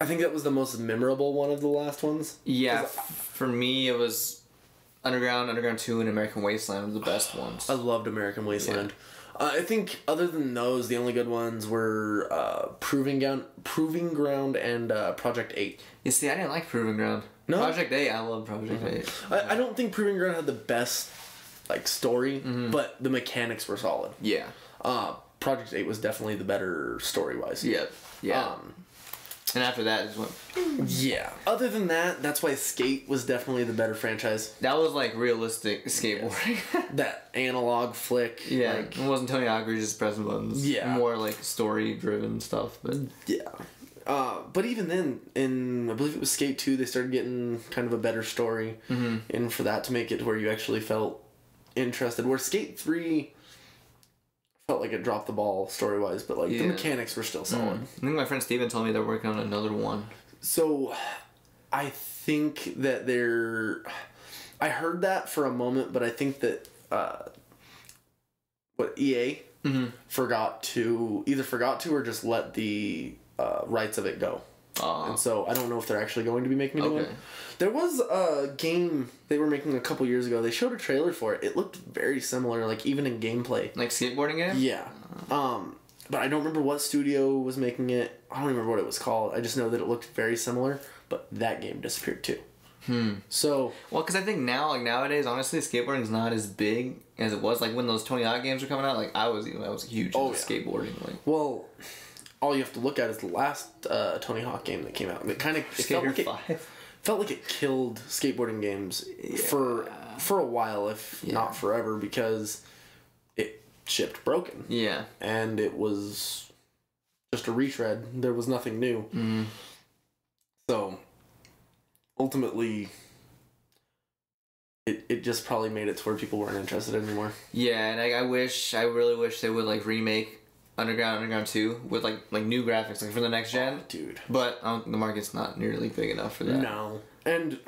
Speaker 1: I think that was the most memorable one of the last ones.
Speaker 2: yeah. f- for me, it was Underground, Underground Two, and American Wasteland were the best ones.
Speaker 1: I loved American Wasteland. Uh, I think other than those, the only good ones were uh, Proving Ground, Proving Ground, and uh, Project Eight.
Speaker 2: You see, I didn't like Proving Ground.
Speaker 1: No?
Speaker 2: Project Eight, I love Project Eight.
Speaker 1: I, I don't think Proving Ground had the best like story,
Speaker 2: Mm-hmm.
Speaker 1: but the mechanics were solid.
Speaker 2: Yeah,
Speaker 1: Uh, Project Eight was definitely the better story wise.
Speaker 2: yeah, yeah.
Speaker 1: Um,
Speaker 2: and after that, it just went.
Speaker 1: yeah. Other than that, that's why Skate was definitely the better franchise.
Speaker 2: That was like realistic skateboarding.
Speaker 1: [LAUGHS]
Speaker 2: [LAUGHS]
Speaker 1: That analog flick.
Speaker 2: yeah,
Speaker 1: Like,
Speaker 2: it wasn't Tony Hawk. We just pressing buttons.
Speaker 1: Yeah. Mm.
Speaker 2: more like story driven stuff. But
Speaker 1: yeah. Uh, but even then, in I believe it was Skate Two, they started getting kind of a better story, mm and for that to make it where you actually felt interested. Where Skate Three felt like it dropped the ball story wise, but like the
Speaker 2: Yeah.
Speaker 1: mechanics were still solid.
Speaker 2: I think my friend Steven told me they're working on another one.
Speaker 1: So I think that they're. I heard that for a moment, but I think that uh, what E EA forgot to either forgot to or just let the uh, rights of it go.
Speaker 2: Uh,
Speaker 1: And so I don't know if they're actually going to be making a new
Speaker 2: Okay.
Speaker 1: one. There was a game they were making a couple years ago. They showed a trailer for it. It looked very similar, like even in gameplay.
Speaker 2: like skateboarding game?
Speaker 1: Yeah. Um, but I don't remember what studio was making it. I don't remember what it was called. I just know that it looked very similar, but that game disappeared too. Hmm. So
Speaker 2: Well, because I think now, like nowadays, honestly, skateboarding's not as big as it was. Like when those Tony Hawk games were coming out, like I was, I was huge
Speaker 1: Oh,
Speaker 2: into
Speaker 1: yeah.
Speaker 2: skateboarding. Like
Speaker 1: well, all you have to look at is the last uh, Tony Hawk game that came out. It kind of felt
Speaker 2: Skater
Speaker 1: like it,
Speaker 2: Five.
Speaker 1: felt like it killed skateboarding games for for a while, if not forever, because it shipped broken.
Speaker 2: Yeah,
Speaker 1: and it was just a retread. There was nothing new.
Speaker 2: mm-hmm.
Speaker 1: So ultimately, it, it just probably made it to where people weren't interested anymore.
Speaker 2: yeah, and like I wish, I really wish they would like remake Underground Underground Two with like like new graphics, like for the next gen.
Speaker 1: Dude,
Speaker 2: But I don't, the market's not nearly big enough for that.
Speaker 1: no. And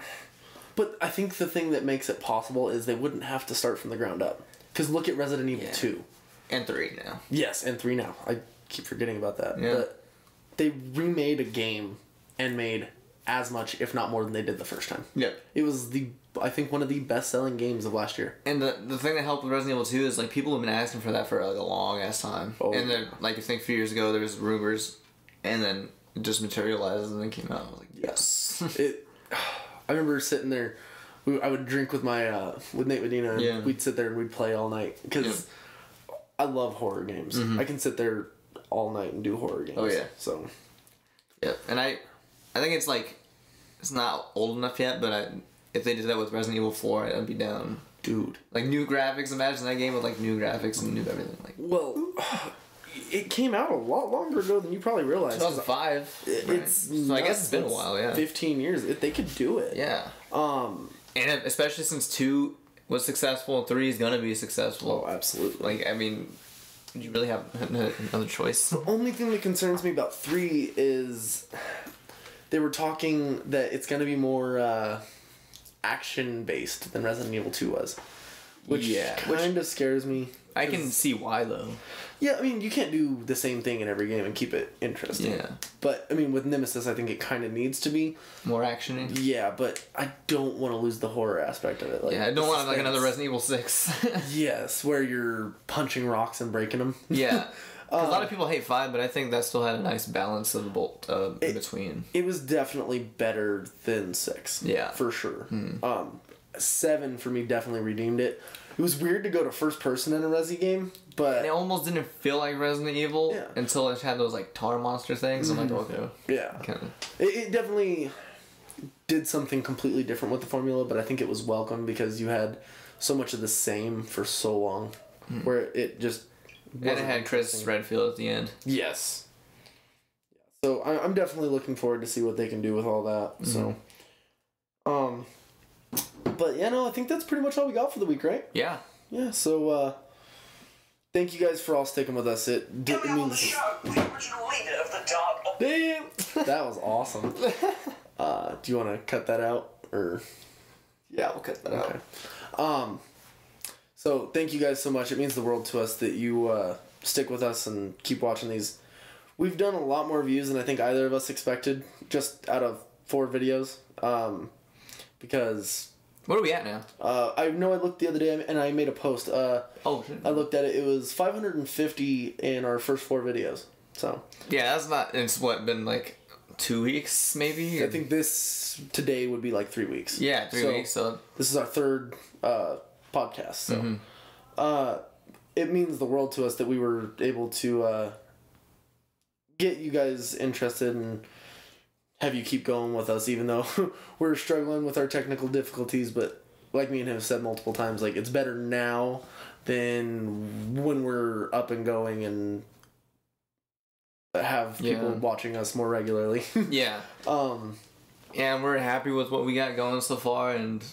Speaker 1: but I think the thing that makes it possible is they wouldn't have to start from the ground up. Because look at Resident Evil
Speaker 2: Yeah.
Speaker 1: Two.
Speaker 2: And three now.
Speaker 1: Yes, and three now. I keep forgetting about that.
Speaker 2: Yeah.
Speaker 1: But they remade a game and made as much, if not more, than they did the first time.
Speaker 2: Yep.
Speaker 1: It was the I think one of the best selling games of last year.
Speaker 2: And the, the thing that helped with Resident Evil 2 is like people have been asking for that for like a long ass time.
Speaker 1: Oh,
Speaker 2: and then like I think a few years ago there was rumors and then it just materialized and then came out. I was like, yes.
Speaker 1: [LAUGHS] It I remember sitting there we, I would drink with my uh, with Nate Medina and
Speaker 2: Yeah.
Speaker 1: we'd sit there and we'd play all night cuz I love horror games. I can sit there all night and do horror games.
Speaker 2: Mm-hmm. Oh, yeah.
Speaker 1: So
Speaker 2: yep. And I I think it's like it's not old enough yet, but I, if they did that with Resident Evil 4, I'd be down.
Speaker 1: dude.
Speaker 2: Like new graphics, imagine that game with like new graphics and new everything. Like
Speaker 1: Well, [SIGHS] it came out a lot longer ago than you probably realize. 'cause
Speaker 2: 2005.
Speaker 1: it-
Speaker 2: right?
Speaker 1: It's
Speaker 2: so I guess
Speaker 1: nuts.
Speaker 2: it's been a
Speaker 1: That's
Speaker 2: while, yeah.
Speaker 1: 15 years. It, they could do it.
Speaker 2: Yeah.
Speaker 1: Um
Speaker 2: And especially since 2 was successful and 3 is going to be successful.
Speaker 1: oh, absolutely.
Speaker 2: Like, I mean, you really have [LAUGHS]
Speaker 1: [LAUGHS]
Speaker 2: another choice.
Speaker 1: only thing that concerns me about three is they were talking that it's gonna be more uh, action based than Resident Evil Two was, which
Speaker 2: Yeah.
Speaker 1: kind of scares me.
Speaker 2: I can see why though.
Speaker 1: Yeah, I mean you can't do the same thing in every game and keep it interesting.
Speaker 2: Yeah,
Speaker 1: But I mean with Nemesis, I think it kind of needs to be.
Speaker 2: more action.
Speaker 1: Yeah, but I don't want to lose the horror aspect of it. Like
Speaker 2: Yeah, I don't
Speaker 1: the
Speaker 2: want like another
Speaker 1: suspense.
Speaker 2: Resident Evil Six. [LAUGHS]
Speaker 1: [LAUGHS] Yes, where you're punching rocks and breaking them.
Speaker 2: yeah, a
Speaker 1: Um,
Speaker 2: lot of people hate five, but I think that still had a nice balance of the bolt uh, in between.
Speaker 1: It was definitely better than six.
Speaker 2: Yeah. Hmm.
Speaker 1: for sure. Um, seven for me definitely redeemed it. It was weird to go to first person in a Resi game, but
Speaker 2: It almost didn't feel like Resident Evil
Speaker 1: Yeah. Mm-hmm.
Speaker 2: until it had those like tar monster things. I'm like, okay,
Speaker 1: yeah,
Speaker 2: kind of.
Speaker 1: It, it definitely did something completely different with the formula, but I think it was welcome because you had so much of the same for so long, where it just
Speaker 2: Hmm. And it
Speaker 1: wasn't
Speaker 2: had Chris Redfield at the end.
Speaker 1: Yes. So I, I'm definitely looking forward to see what they can do with all that. So, um, but yeah, no, I think that's pretty much all we got for the week, right?
Speaker 2: Yeah.
Speaker 1: Yeah. So, uh, thank you guys for all sticking with us. It, did, it
Speaker 4: Coming up on the
Speaker 1: means
Speaker 4: show, the original leader of the Dark Op-
Speaker 1: damn, [LAUGHS] that was awesome.
Speaker 2: [LAUGHS]
Speaker 1: Uh, do you want to cut that out or?
Speaker 2: Yeah, we'll cut that
Speaker 1: Okay. Um, so thank you guys so much. It means the world to us that you uh, stick with us and keep watching these. We've done a lot more views than I think either of us expected, just out of four videos. Um, because
Speaker 2: What are we at now?
Speaker 1: uh, I know I looked the other day and I made a post. Uh,
Speaker 2: Oh, shit.
Speaker 1: I looked at it. It was 550 in our first four videos. So
Speaker 2: yeah, that's not. It's what been like two weeks maybe.
Speaker 1: I think this today would be like three weeks.
Speaker 2: Yeah, three
Speaker 1: So-
Speaker 2: weeks. So
Speaker 1: This is our third uh, podcast, so uh, it means the world to us that we were able to uh, get you guys interested and have you keep going with us, even though [LAUGHS] we're struggling with our technical difficulties. But like me and him have said multiple times, like it's better now than when we're up and going and have people
Speaker 2: Yeah.
Speaker 1: watching us more regularly. [LAUGHS]
Speaker 2: yeah,
Speaker 1: um,
Speaker 2: and we're happy with what we got going so far. And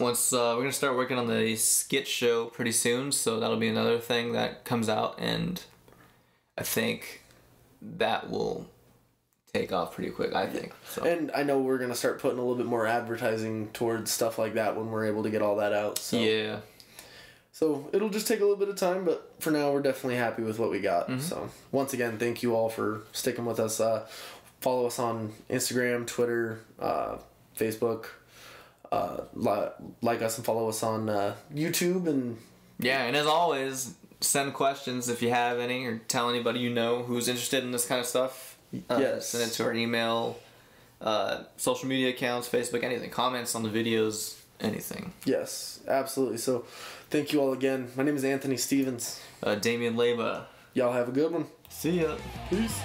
Speaker 2: once uh, we're gonna start working on the skit show pretty soon, so that'll be another thing that comes out, and I think that will take off pretty quick. I think. So
Speaker 1: And I know we're gonna start putting a little bit more advertising towards stuff like that when we're able to get all that out. So
Speaker 2: yeah,
Speaker 1: so it'll just take a little bit of time, but for now we're definitely happy with what we got. So once again, thank you all for sticking with us. Uh, follow us on Instagram, Twitter, uh, Facebook. Uh, li- like us and follow us on uh, YouTube and
Speaker 2: yeah, and as always. Send questions if you have any, or tell anybody you know who's interested in this kind of stuff. Uh,
Speaker 1: Yes.
Speaker 2: Send it to our email, uh, social media accounts, Facebook, anything. Comments on the videos, anything.
Speaker 1: yes, absolutely. So thank you all again. My name is Anthony Stevens.
Speaker 2: uh, Damian Leba.
Speaker 1: Y'all have a good one.
Speaker 2: See ya.
Speaker 1: Peace.